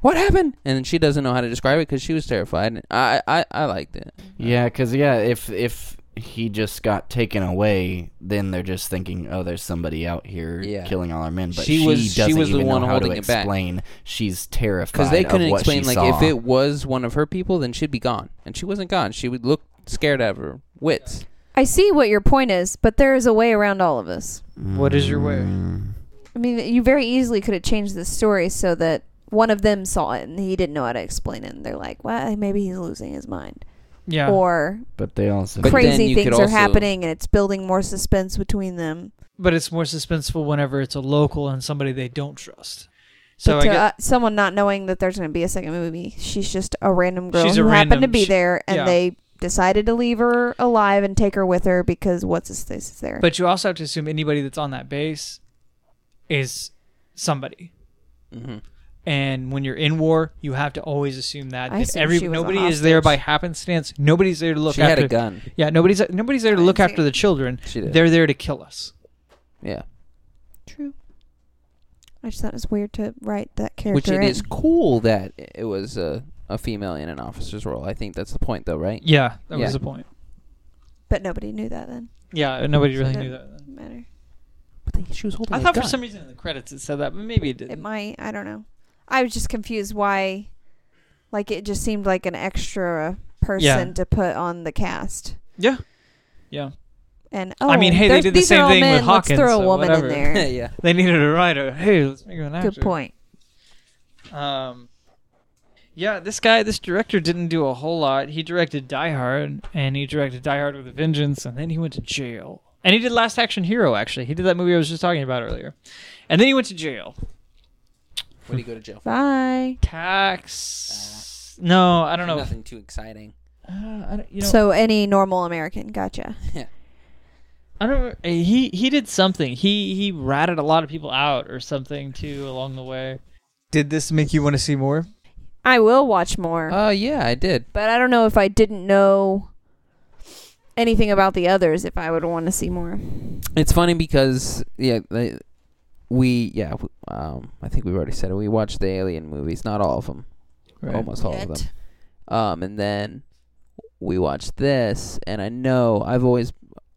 S4: What happened?" And she doesn't know how to describe it because she was terrified. And I, I, I liked it.
S1: Yeah, because yeah, if if he just got taken away, then they're just thinking, oh, there's somebody out here
S4: Yeah.
S1: killing all our men. But
S4: She
S1: she,
S4: was- she
S1: doesn't
S4: was the
S1: even
S4: one
S1: know how to
S4: holding it back.
S1: explain. She's terrified
S4: because they couldn't
S1: of what
S4: explain
S1: she
S4: like
S1: saw.
S4: if it was one of her people then she'd be gone and she wasn't gone she would look scared out of her wits
S5: I see what your point is, but there is a way around all of this.
S3: What is your way?
S1: Mm.
S5: I mean, you very easily could have changed the story so that one of them saw it and he didn't know how to explain it. And they're like, "Well, maybe he's losing his mind,"
S3: yeah.
S5: or
S1: But they also
S4: But then
S5: crazy
S4: you could
S5: things are
S4: also-
S5: happening and it's building more suspense between them.
S3: but it's more suspenseful whenever it's a local and somebody they don't trust. So
S5: but
S3: I
S5: to
S3: get,
S5: uh, someone not knowing that there's going to be a second movie, she's just a random girl
S3: She's a
S5: who happened to
S3: random-
S5: be
S3: she-
S5: there, and
S3: yeah.
S5: they decided to leave her alive and take her with her because what's his face is there.
S3: but you also have to assume anybody that's on that base is somebody.
S4: Mhm.
S3: And when you're in war, you have to always assume that,
S5: I
S3: that
S5: assumed
S3: every
S5: she was a
S3: nobody is there by
S5: hostage.
S3: happenstance. Nobody's there to look
S4: she
S3: after.
S4: had a gun
S3: Yeah, nobody's nobody's there to
S5: I
S3: look
S5: see.
S3: after the children.
S4: she did
S3: They're there to kill us.
S4: yeah
S5: True. I just thought it was weird to write that character.
S4: which it
S5: in.
S4: is cool that it was a, a female in an officer's role i think that's the point though right
S3: Yeah, that
S4: Yeah.
S3: was the point.
S5: but nobody knew that then.
S3: Yeah, nobody
S5: So
S3: really
S5: that
S3: knew that.
S5: Doesn't matter.
S4: she was holding
S3: I thought for some reason in the credits it said that, but maybe it didn't.
S5: It might. I don't know. I was just confused why, like it just seemed like an extra person to put on the cast.
S3: Yeah. Yeah.
S5: And oh,
S3: I mean, hey, they
S5: there's-
S3: did the
S5: these are
S3: same
S5: all
S3: thing with
S5: men,
S3: Hawkins,
S5: Let's throw a
S3: so
S5: woman
S3: whatever.
S5: in there.
S4: yeah
S3: They needed a writer. Hey, let's make her an actor.
S5: Good point.
S3: Um, yeah, this guy, this director didn't do a whole lot. He directed Die Hard, and he directed Die Hard with a Vengeance, and then he went to jail. And he did Last Action Hero, actually. He did that movie I was just talking about earlier. And then he went to jail.
S4: what do you go to jail for
S5: Bye.
S3: Tax. No, I don't know.
S4: nothing too exciting
S3: Uh, I don't, you know,
S5: Uh, so any normal American, gotcha.
S3: I don't. He he did something. He he ratted a lot of people out or something too along the way. Did this make you want to see more?
S5: I will watch more,
S4: uh yeah i did
S5: but I don't know if I didn't know anything about the others if I would want to see more.
S4: It's funny because yeah, they, we yeah, w- um, I think we've already said it. We watched the Alien movies, not all of them,
S3: Right.
S4: almost all of them. Um, and then we watched this, and I know I've always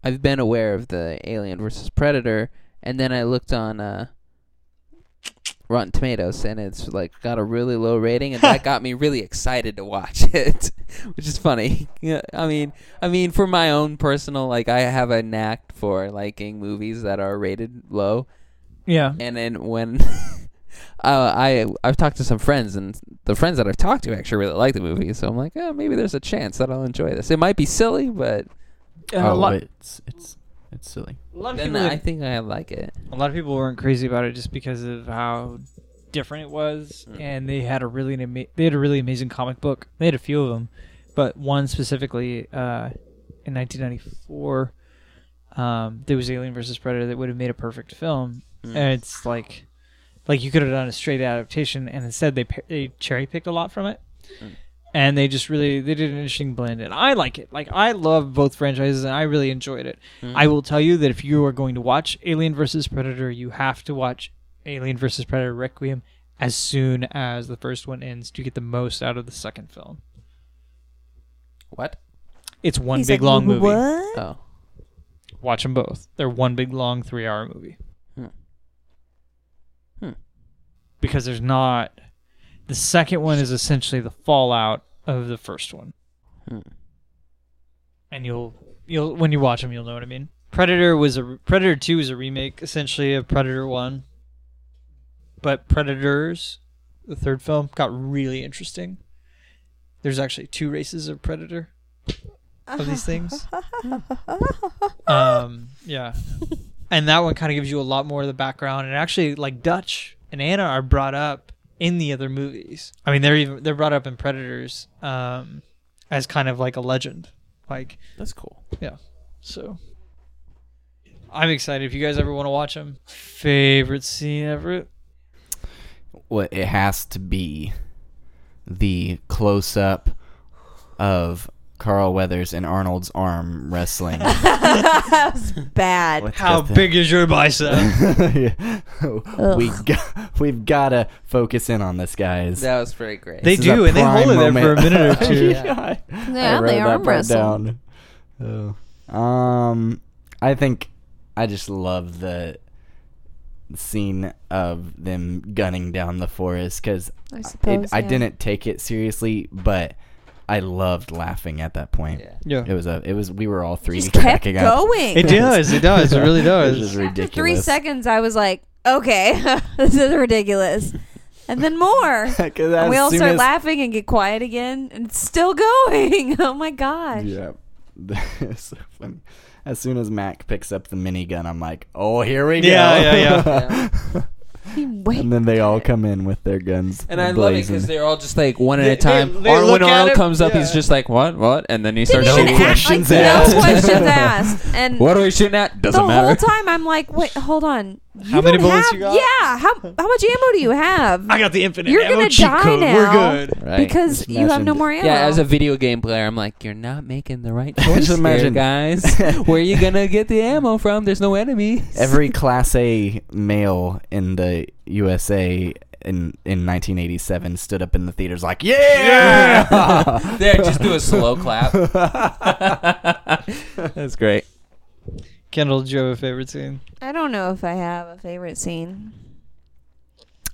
S4: I've been aware of the Alien versus Predator, and then I looked on uh, Rotten Tomatoes, and it's like got a really low rating, and that got me really excited to watch it, which is funny. Yeah, I mean, I mean, for my own personal, like, I have a knack for liking movies that are rated low,
S3: Yeah.
S4: and then when uh, I I've talked to some friends, and the friends that I've talked to actually really like the movie, so I'm like, oh, maybe there's a chance that I'll enjoy this. It might be silly, but
S3: Uh, a
S1: oh,
S3: lot-
S1: it's it's it's silly.
S3: a lot of
S4: then
S3: people
S4: I think I like it.
S3: A lot of people weren't crazy about it just because of how different it was, and they had a really ama- they had a really amazing comic book. They had a few of them, but one specifically uh, in 1994, um, there was Alien versus Predator that would have made a perfect film,
S4: Mm.
S3: and it's like like you could have done a straight adaptation, and instead they pa- they cherry picked a lot from it. And they just really they did an interesting blend, and I like it. Like I love both franchises, and I really enjoyed it.
S4: Mm-hmm.
S3: I will tell you that if you are going to watch Alien versus Predator, you have to watch Alien versus Predator Requiem as soon as the first one ends to get the most out of the second film.
S1: What?
S3: It's one
S5: He's
S3: big
S5: like,
S3: long
S5: "Wh-
S3: movie.
S5: What?
S4: Oh.
S3: Watch them both. They're one big long three hour movie.
S4: Hmm. Hmm.
S3: Because there's not. The second one is essentially the fallout of the first one.
S4: Hmm.
S3: and you'll you'll when you watch them you'll know what I mean. Predator was a Predator Two is a remake essentially of Predator One, but Predators, the third film, got really interesting. There's actually two races of Predator of these things. um, yeah, and that one kind of gives you a lot more of the background, and actually, like Dutch and Anna are brought up in the other movies. I mean, they're even they're brought up in Predators um, as kind of like a legend, like
S4: That's cool.
S3: so I'm excited. If you guys ever want to watch them, favorite scene ever.
S1: Well, it has to be the close up of Carl Weathers and Arnold's arm wrestling.
S5: that was bad.
S1: Let's
S3: How
S1: get the-
S3: big is your bicep?
S1: Yeah. we got, we've got to focus in on this, guys.
S4: That was pretty great.
S3: they
S1: This is
S3: do,
S1: a
S3: and they hold it
S1: prime
S3: there for a
S1: moment.
S3: minute or two.
S1: yeah,
S5: Yeah, they arm wrestle.
S1: down. Oh. Um, I think I just love the scene of them gunning down the forest because
S5: I
S1: it,
S5: suppose.
S1: I
S5: yeah.
S1: didn't take it seriously, but I loved laughing at that point.
S4: yeah.
S3: Yeah.
S1: It was a, it was we were all three
S5: Just kept
S1: cracking up.
S5: going.
S3: It does. It does. It really
S1: It was
S3: does.
S1: just
S5: After
S1: ridiculous.
S5: three seconds, I was like, okay, this is ridiculous. And then more.
S1: 'Cause
S5: And we
S1: as
S5: all
S1: soon
S5: start
S1: as-
S5: laughing and get quiet again, and it's still going. Oh my gosh.
S1: Yeah. it's so funny. As soon as Mac picks up the minigun, I'm like, oh, here we
S3: Yeah,
S1: go.
S3: yeah, yeah.
S5: He waved
S1: and then they all come in with their guns.
S4: And I love it because
S1: blazing.
S4: they're all just like one at
S3: They-
S4: a time.
S3: they- they
S4: Arnold-
S3: look
S4: when
S3: at
S4: Arnold
S3: it,
S4: comes up, he's
S3: yeah.
S4: just like, "What? What?" And then he starts
S5: didn't even
S4: shooting.
S5: ask,
S1: questions
S5: like,
S1: asked.
S5: No questions asked. And
S4: What are we shooting at? Doesn't
S5: the whole
S4: matter.
S5: time I'm like, wait, hold on. You
S3: How many
S5: don't
S3: bullets you
S5: have-
S3: got?
S5: Yeah. How how much ammo do you have?
S3: I got the infinite
S5: You're
S3: ammo
S5: gonna
S3: cheat
S5: die
S3: code.
S5: now.
S3: We're good.
S4: Right.
S5: Because
S1: Just
S5: you have no
S1: imagine-
S5: more ammo.
S4: yeah, as a video game player, I'm like, you're not making the right choice here,
S1: imagine-
S4: guys. Where are you gonna get the ammo from? There's no enemy.
S1: Every Class A male in the USA in in 1987 stood up in the theaters like, yeah!
S4: there, just do a slow clap. That's great.
S3: Kendall, do you have a favorite scene?
S5: I don't know if I have a favorite scene.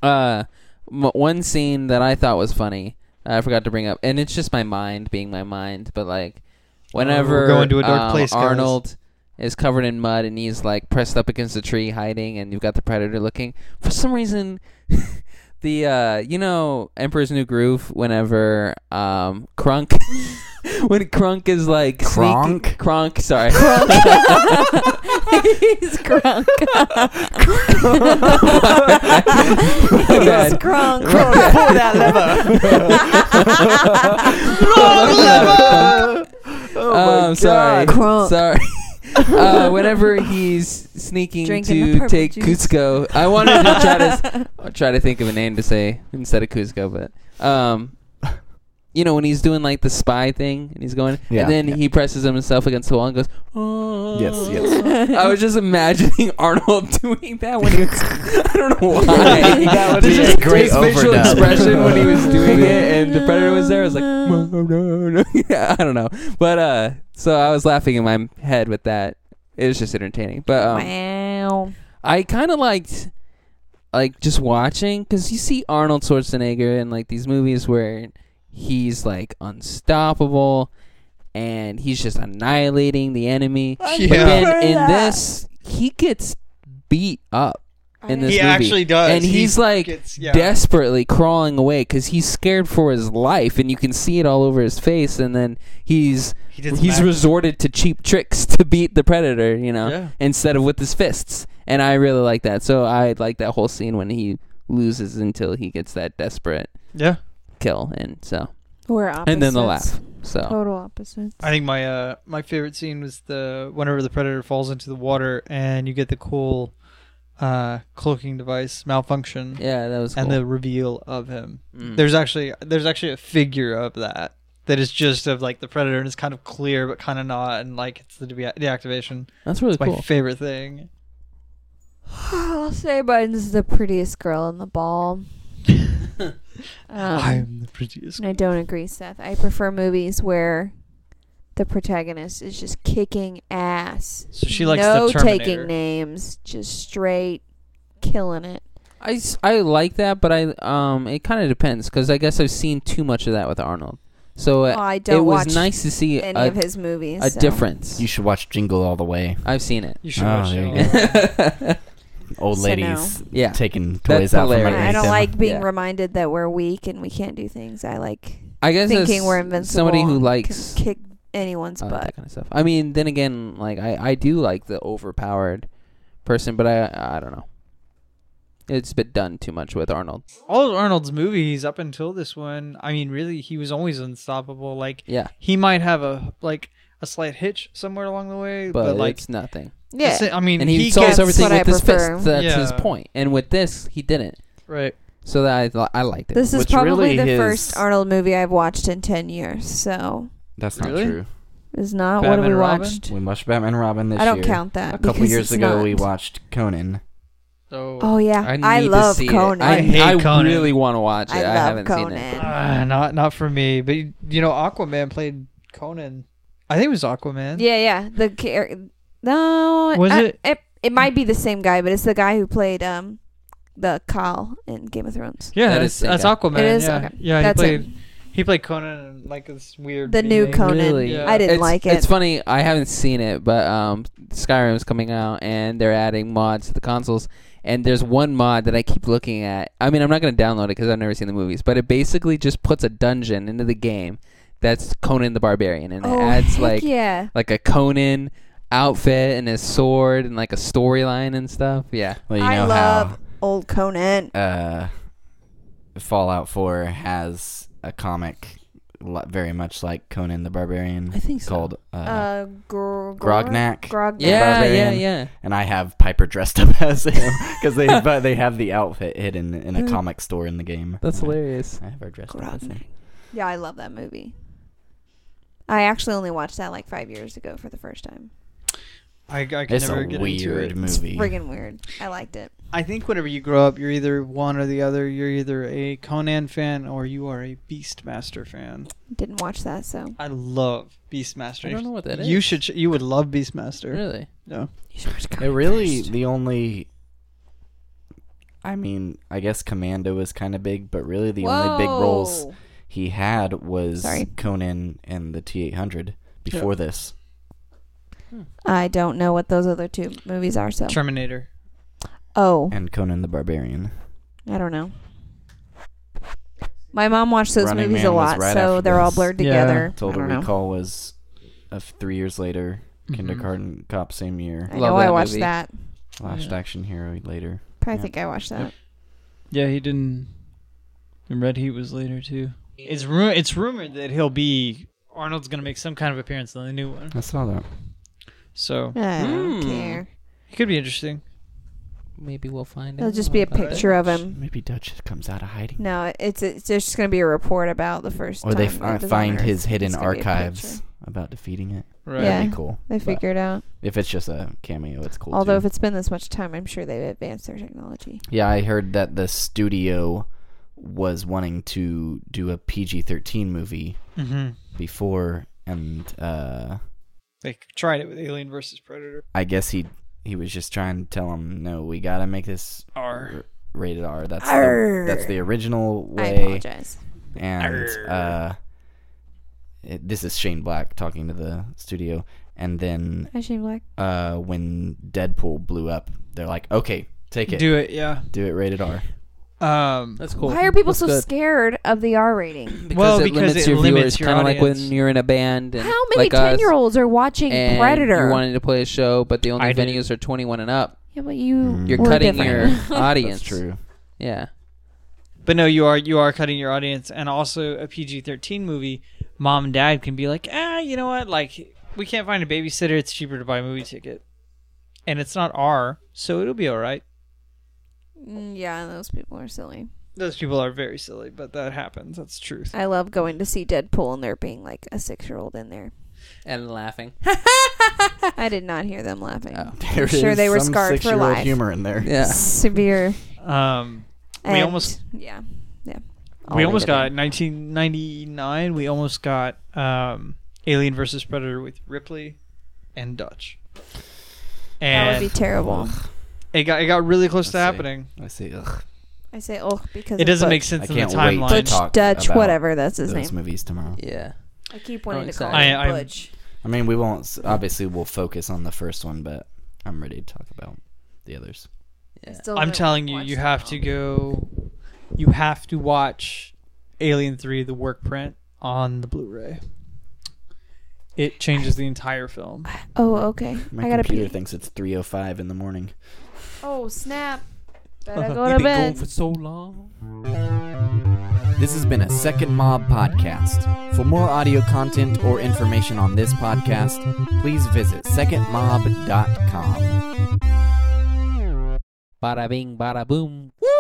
S4: Uh, m- one scene that I thought was funny, I forgot to bring up, and it's just my mind being my mind, but like, whenever
S3: we're going to Oh, a dark
S4: um,
S3: place, guys.
S4: Arnold is covered in mud and he's like pressed up against a tree hiding, and you've got the predator looking. For some reason, the uh, you know, Emperor's New Groove. Whenever um, Crunk. When Crunk is like sneaking-
S1: Kronk?
S4: Kronk, sorry,
S5: He's crunk.
S4: My
S5: He's
S4: bad.
S5: crunk.
S1: Pull that lever! oh
S4: um, sorry.
S5: Crunk.
S4: Sorry. uh, whenever he's sneaking
S5: Drinking the
S4: to
S5: purple
S4: take
S5: juice.
S4: Cusco, I wanted to try to s- try to think of a name to say instead of Cusco, but um, you know when he's doing like the spy thing and he's going,
S1: Yeah.
S4: and then
S1: Yeah.
S4: he presses himself against the wall and goes, oh.
S1: Yes, yes.
S4: I was just imagining Arnold doing that when he was, I don't know why.
S1: That would
S4: This
S1: be
S4: is
S1: a great
S4: his facial
S1: overdub.
S4: expression when he was doing it, and the predator was there. I was like, no, no, no. yeah, I don't know, but uh, so I was laughing in my head with that. It was just entertaining, but um,
S5: Wow.
S4: I kind of liked like just watching because you see Arnold Schwarzenegger in like these movies where he's like unstoppable and he's just annihilating the enemy.
S3: Yeah.
S4: But
S5: prefer
S4: then in
S5: that.
S4: this, he gets beat up in this
S3: He
S4: movie.
S3: actually does.
S4: and
S3: Uh, He
S4: he's like
S3: gets- yeah.
S4: desperately crawling away because he's scared for his life, and you can see it all over his face. And then he's
S3: He did
S4: he's
S3: smack.
S4: resorted to cheap tricks to beat the predator, you know,
S3: Yeah.
S4: instead of with his fists. And I really like that. So I like that whole scene when he loses until he gets that desperate
S3: Yeah.
S4: kill, and so
S5: We're opposites.
S4: and then the laugh. So
S5: Total opposites.
S3: I think my uh my favorite scene was the whenever the predator falls into the water and you get the cool uh cloaking device malfunction
S4: yeah, that was cool.
S3: and the reveal of him.
S4: Mm.
S3: There's actually there's actually a figure of that that is just of like the predator and it's kind of clear but kind of not and like it's the dea- deactivation.
S4: that's really
S3: It's my
S4: cool.
S3: favorite thing.
S5: I'll say Biden's the prettiest girl in the ball. um,
S3: I'm the prettiest.
S5: I don't agree, Seth. I prefer movies where the protagonist is just kicking ass.
S3: So she likes
S5: no
S3: the Terminator.
S5: taking names, just straight killing it.
S4: I, s- I like that, but I um it kind of depends because I guess I've seen too much of that with Arnold. So
S5: oh,
S4: uh,
S5: I don't
S4: it was
S5: watch
S4: nice to see
S5: any
S4: a,
S5: of his movies.
S4: a
S5: so.
S4: difference.
S1: You should watch Jingle All the Way.
S4: I've seen it.
S3: You should
S1: Oh,
S3: watch
S1: there you
S3: it.
S1: Old
S5: So
S1: ladies
S4: Yeah,
S1: taking
S4: That's
S1: toys out from
S4: hilarious.
S5: I I
S1: underneath
S5: don't
S1: them.
S5: like being
S4: Yeah.
S5: reminded that we're weak and we can't do things. I like
S4: I guess as
S5: thinking we're invincible.
S4: Somebody who
S5: and
S4: likes Uh,
S5: can kick anyone's
S4: I like
S5: butt.
S4: that kind of stuff. I mean, then again, like I, I do like the overpowered person, but I I don't know. It's been done too much with Arnold.
S3: All of Arnold's movies up until this one, I mean really he was always unstoppable like
S4: Yeah,
S3: he might have a like a slight hitch somewhere along the way,
S4: but,
S3: but, like
S4: it's nothing.
S5: Yeah,
S3: I mean,
S4: And he,
S3: he
S4: solves
S5: gets-
S4: everything
S5: That's
S4: with
S5: what I
S4: his
S5: prefer.
S4: fist. That's his
S3: Yeah.
S4: point. And with this, he didn't.
S3: right.
S4: So that I I liked it.
S5: This is
S1: Which
S5: probably
S1: really
S5: the
S1: his-
S5: first Arnold movie I've watched in 10 years, so
S1: That's not
S3: Really?
S1: true.
S5: it's not
S3: Batman
S5: Oh, what we
S3: and Robin?
S5: watched.
S1: We watched Batman and Robin this
S5: I don't
S1: year.
S5: count that.
S1: A couple
S5: because
S1: years
S5: it's
S1: ago, we
S5: not-
S1: watched Conan.
S3: So
S5: Oh, yeah. I,
S4: need to
S5: love
S4: see it.
S5: Conan.
S4: I,
S3: I hate
S4: I
S3: Conan.
S4: really want to watch it. I,
S5: I love
S4: haven't seen it.
S5: Conan.
S3: Ah, not not for me. But you, you know, Aquaman played Conan. I think it was Aquaman.
S5: yeah, yeah. The char- No.
S3: Was
S5: I-
S3: it-
S5: it? It might be the same guy, but it's the guy who played um the Kyle in Game of Thrones.
S3: yeah,
S4: That
S3: that's,
S4: is the
S3: that's
S4: guy.
S3: Aquaman.
S5: It is,
S3: Oh, yeah,
S5: okay.
S3: yeah.
S5: That's
S3: he played
S5: it.
S3: he played Conan and like this weird.
S5: The new
S3: remake.
S5: Conan.
S4: Really?
S3: Yeah.
S5: I didn't
S4: it's,
S5: like it.
S4: It's funny. I haven't seen it, but um, Skyrim's coming out, and they're adding mods to the consoles. And there's one mod that I keep looking at. I mean, I'm not gonna download it because I've never seen the movies, but it basically just puts a dungeon into the game that's Conan the Barbarian, and
S5: oh,
S4: it adds
S5: heck
S4: like
S5: yeah.
S4: like a Conan outfit and his sword and like a storyline and stuff. Yeah,
S1: Well, you know
S5: I love old Conan.
S1: how uh, Fallout 4 has a comic lo- very much like Conan the Barbarian.
S4: I think so.
S1: Called uh,
S5: Uh, gr- gr-
S1: Grognak.
S5: Grognak.
S4: yeah, yeah,
S1: Barbarian.
S4: yeah.
S1: and I have Piper dressed up as him because they but they have the outfit hidden in a comic store in the game.
S4: That's
S1: And I-
S4: hilarious.
S1: I have her dressed up as him.
S5: Grognak. Yeah, I love that movie. I actually only watched that like five years ago for the first time.
S3: I, I could
S1: It's
S3: never
S1: a
S3: get
S1: weird
S3: into it.
S1: movie.
S5: Friggin' weird. I liked it.
S3: I think whenever you grow up, you're either one or the other. You're either a Conan fan or you are a Beastmaster fan.
S5: Didn't watch that, so
S3: I love Beastmaster.
S4: I don't know what that is.
S3: You should. ch- You would love Beastmaster.
S4: really.
S3: No.
S5: Oh.
S1: It really the only. I mean, I guess Commando was kind of big, but really the only big roles
S5: Whoa.
S1: he had was
S5: Sorry.
S1: Conan and the T eight hundred before this.
S5: I don't know what those other two movies are, so
S3: Terminator.
S5: oh,
S1: And Conan the Barbarian.
S5: I don't know. My mom watched those
S1: Running
S5: movies
S1: Man
S5: a
S1: was
S5: lot,
S1: right
S5: so
S1: after
S5: they're all
S1: this.
S5: blurred
S3: Yeah.
S5: together. I
S1: Total
S5: don't know.
S1: Recall was uh, three years later.
S3: Mm-hmm.
S1: Kindergarten Cop same year.
S5: I
S4: Love
S5: know I
S4: that
S5: watched
S4: movie.
S5: that.
S1: Last
S3: Yeah.
S1: Action Hero later.
S5: Probably
S1: Yeah.
S5: think I watched that.
S3: Yeah, he didn't. And Red Heat was later too. It's ru- it's rumored that he'll be Arnold's gonna make some kind of appearance in the new one,
S1: I saw that.
S3: so
S5: I don't
S4: Hmm.
S5: care.
S3: it could be interesting.
S4: Maybe we'll find out.
S5: It'll just be a
S4: about it.
S5: picture of him.
S1: Maybe Dutch comes out of hiding.
S5: No, it's it's just going to be a report about the first.
S1: Or they
S5: time
S1: fi-
S5: it was on
S1: find
S5: Earth.
S1: his hidden
S5: It's gonna be a
S1: archives
S5: picture.
S1: about defeating it.
S3: Right.
S5: Yeah.
S1: That'd be cool.
S5: They
S1: But
S5: figured out.
S1: If it's just a cameo, it's cool.
S5: Although if
S1: too.
S5: it's been this much time, I'm sure they've advanced their technology.
S1: yeah, I heard that the studio was wanting to do a PG-13 movie
S3: Mm-hmm.
S1: before, and uh,
S3: They tried it with Alien versus Predator.
S1: I guess he he was just trying to tell him, no, we gotta make this
S3: R.
S1: r- rated R. That's the,
S5: Arr.
S1: that's the original
S5: I
S1: way,
S5: apologize.
S1: and
S3: Arr.
S1: uh, it, this is Shane Black talking to the studio, and then
S5: Hi, Shane Black.
S1: uh, when Deadpool blew up, they're like, okay, take it, do,
S3: Do it, yeah.
S1: it rated R.
S3: Um,
S4: That's cool.
S5: Why are people
S4: That's
S5: so
S4: good.
S5: scared of the R rating?
S4: because
S3: Well,
S4: it
S3: because
S4: limits
S3: it
S4: your
S3: limits
S4: viewers,
S3: your
S4: kind of like when
S3: audience.
S4: you're in a band. And
S5: How many
S4: like us,
S5: ten-year-olds are watching
S4: and
S5: Predator?
S4: You wanted to play a show, but the only
S3: I did.
S4: venues are 21 and up.
S5: yeah, but you
S1: Mm.
S4: You're
S5: were
S4: cutting
S5: different.
S4: your audience.
S1: That's true.
S4: Yeah,
S3: But no, you are you are cutting your audience, and also a PG thirteen movie. Mom and dad can be like, ah, you know what? Like, we can't find a babysitter. It's cheaper to buy a movie ticket, and it's not R, so it'll be all right.
S5: Mm, Yeah, those people are silly.
S3: Those people are very silly, but that happens. That's truth.
S5: I love going to see Deadpool and there being like a six year old in there.
S4: and laughing.
S5: I did not hear them laughing.
S4: Oh.
S5: I'm sure they were scarred for life.
S1: humor in there.
S4: Yeah.
S5: Severe.
S3: Um, we
S5: and-
S3: almost
S5: Yeah. Yeah.
S3: we
S5: I'll
S3: almost
S5: leave it
S3: got
S5: in.
S3: 1999. We almost got um, Alien versus Predator with Ripley and Dutch,
S5: That
S3: and
S5: would be terrible.
S3: it got it got really close to
S1: Let's see.
S3: happening.
S1: I see. Ugh,
S5: I say oh because
S3: It
S5: of
S3: doesn't make
S5: Butch-
S3: sense
S1: I
S3: in
S1: can't
S3: the
S1: wait to
S3: timeline.
S5: Butch
S1: talk
S5: Dutch,
S1: about
S5: whatever that's his
S1: those
S5: name.
S1: movies tomorrow.
S4: Yeah.
S5: I keep
S4: Oh,
S5: wanting to call
S3: excited.
S5: him
S3: I- I'm-
S5: Butch.
S1: I mean, we won't. s- Obviously, we'll focus on the first one, but I'm ready to talk about the others.
S5: I
S4: Yeah.
S5: still
S3: I'm
S5: haven't
S3: telling you,
S5: watched
S3: you
S5: them
S3: have
S5: all.
S3: to go. You have to watch Alien Three: The Work Print on the Blu-ray. It changes the entire film.
S5: Oh, okay.
S1: My
S5: I gotta
S1: computer
S5: pee.
S1: thinks it's 3:05 in the morning.
S5: Oh snap! Better go to bed.
S4: so long.
S1: This has been a Second Mob podcast. For more audio content or information on this podcast, please visit secondmob.com.
S4: Bada bing, bada boom. Woo!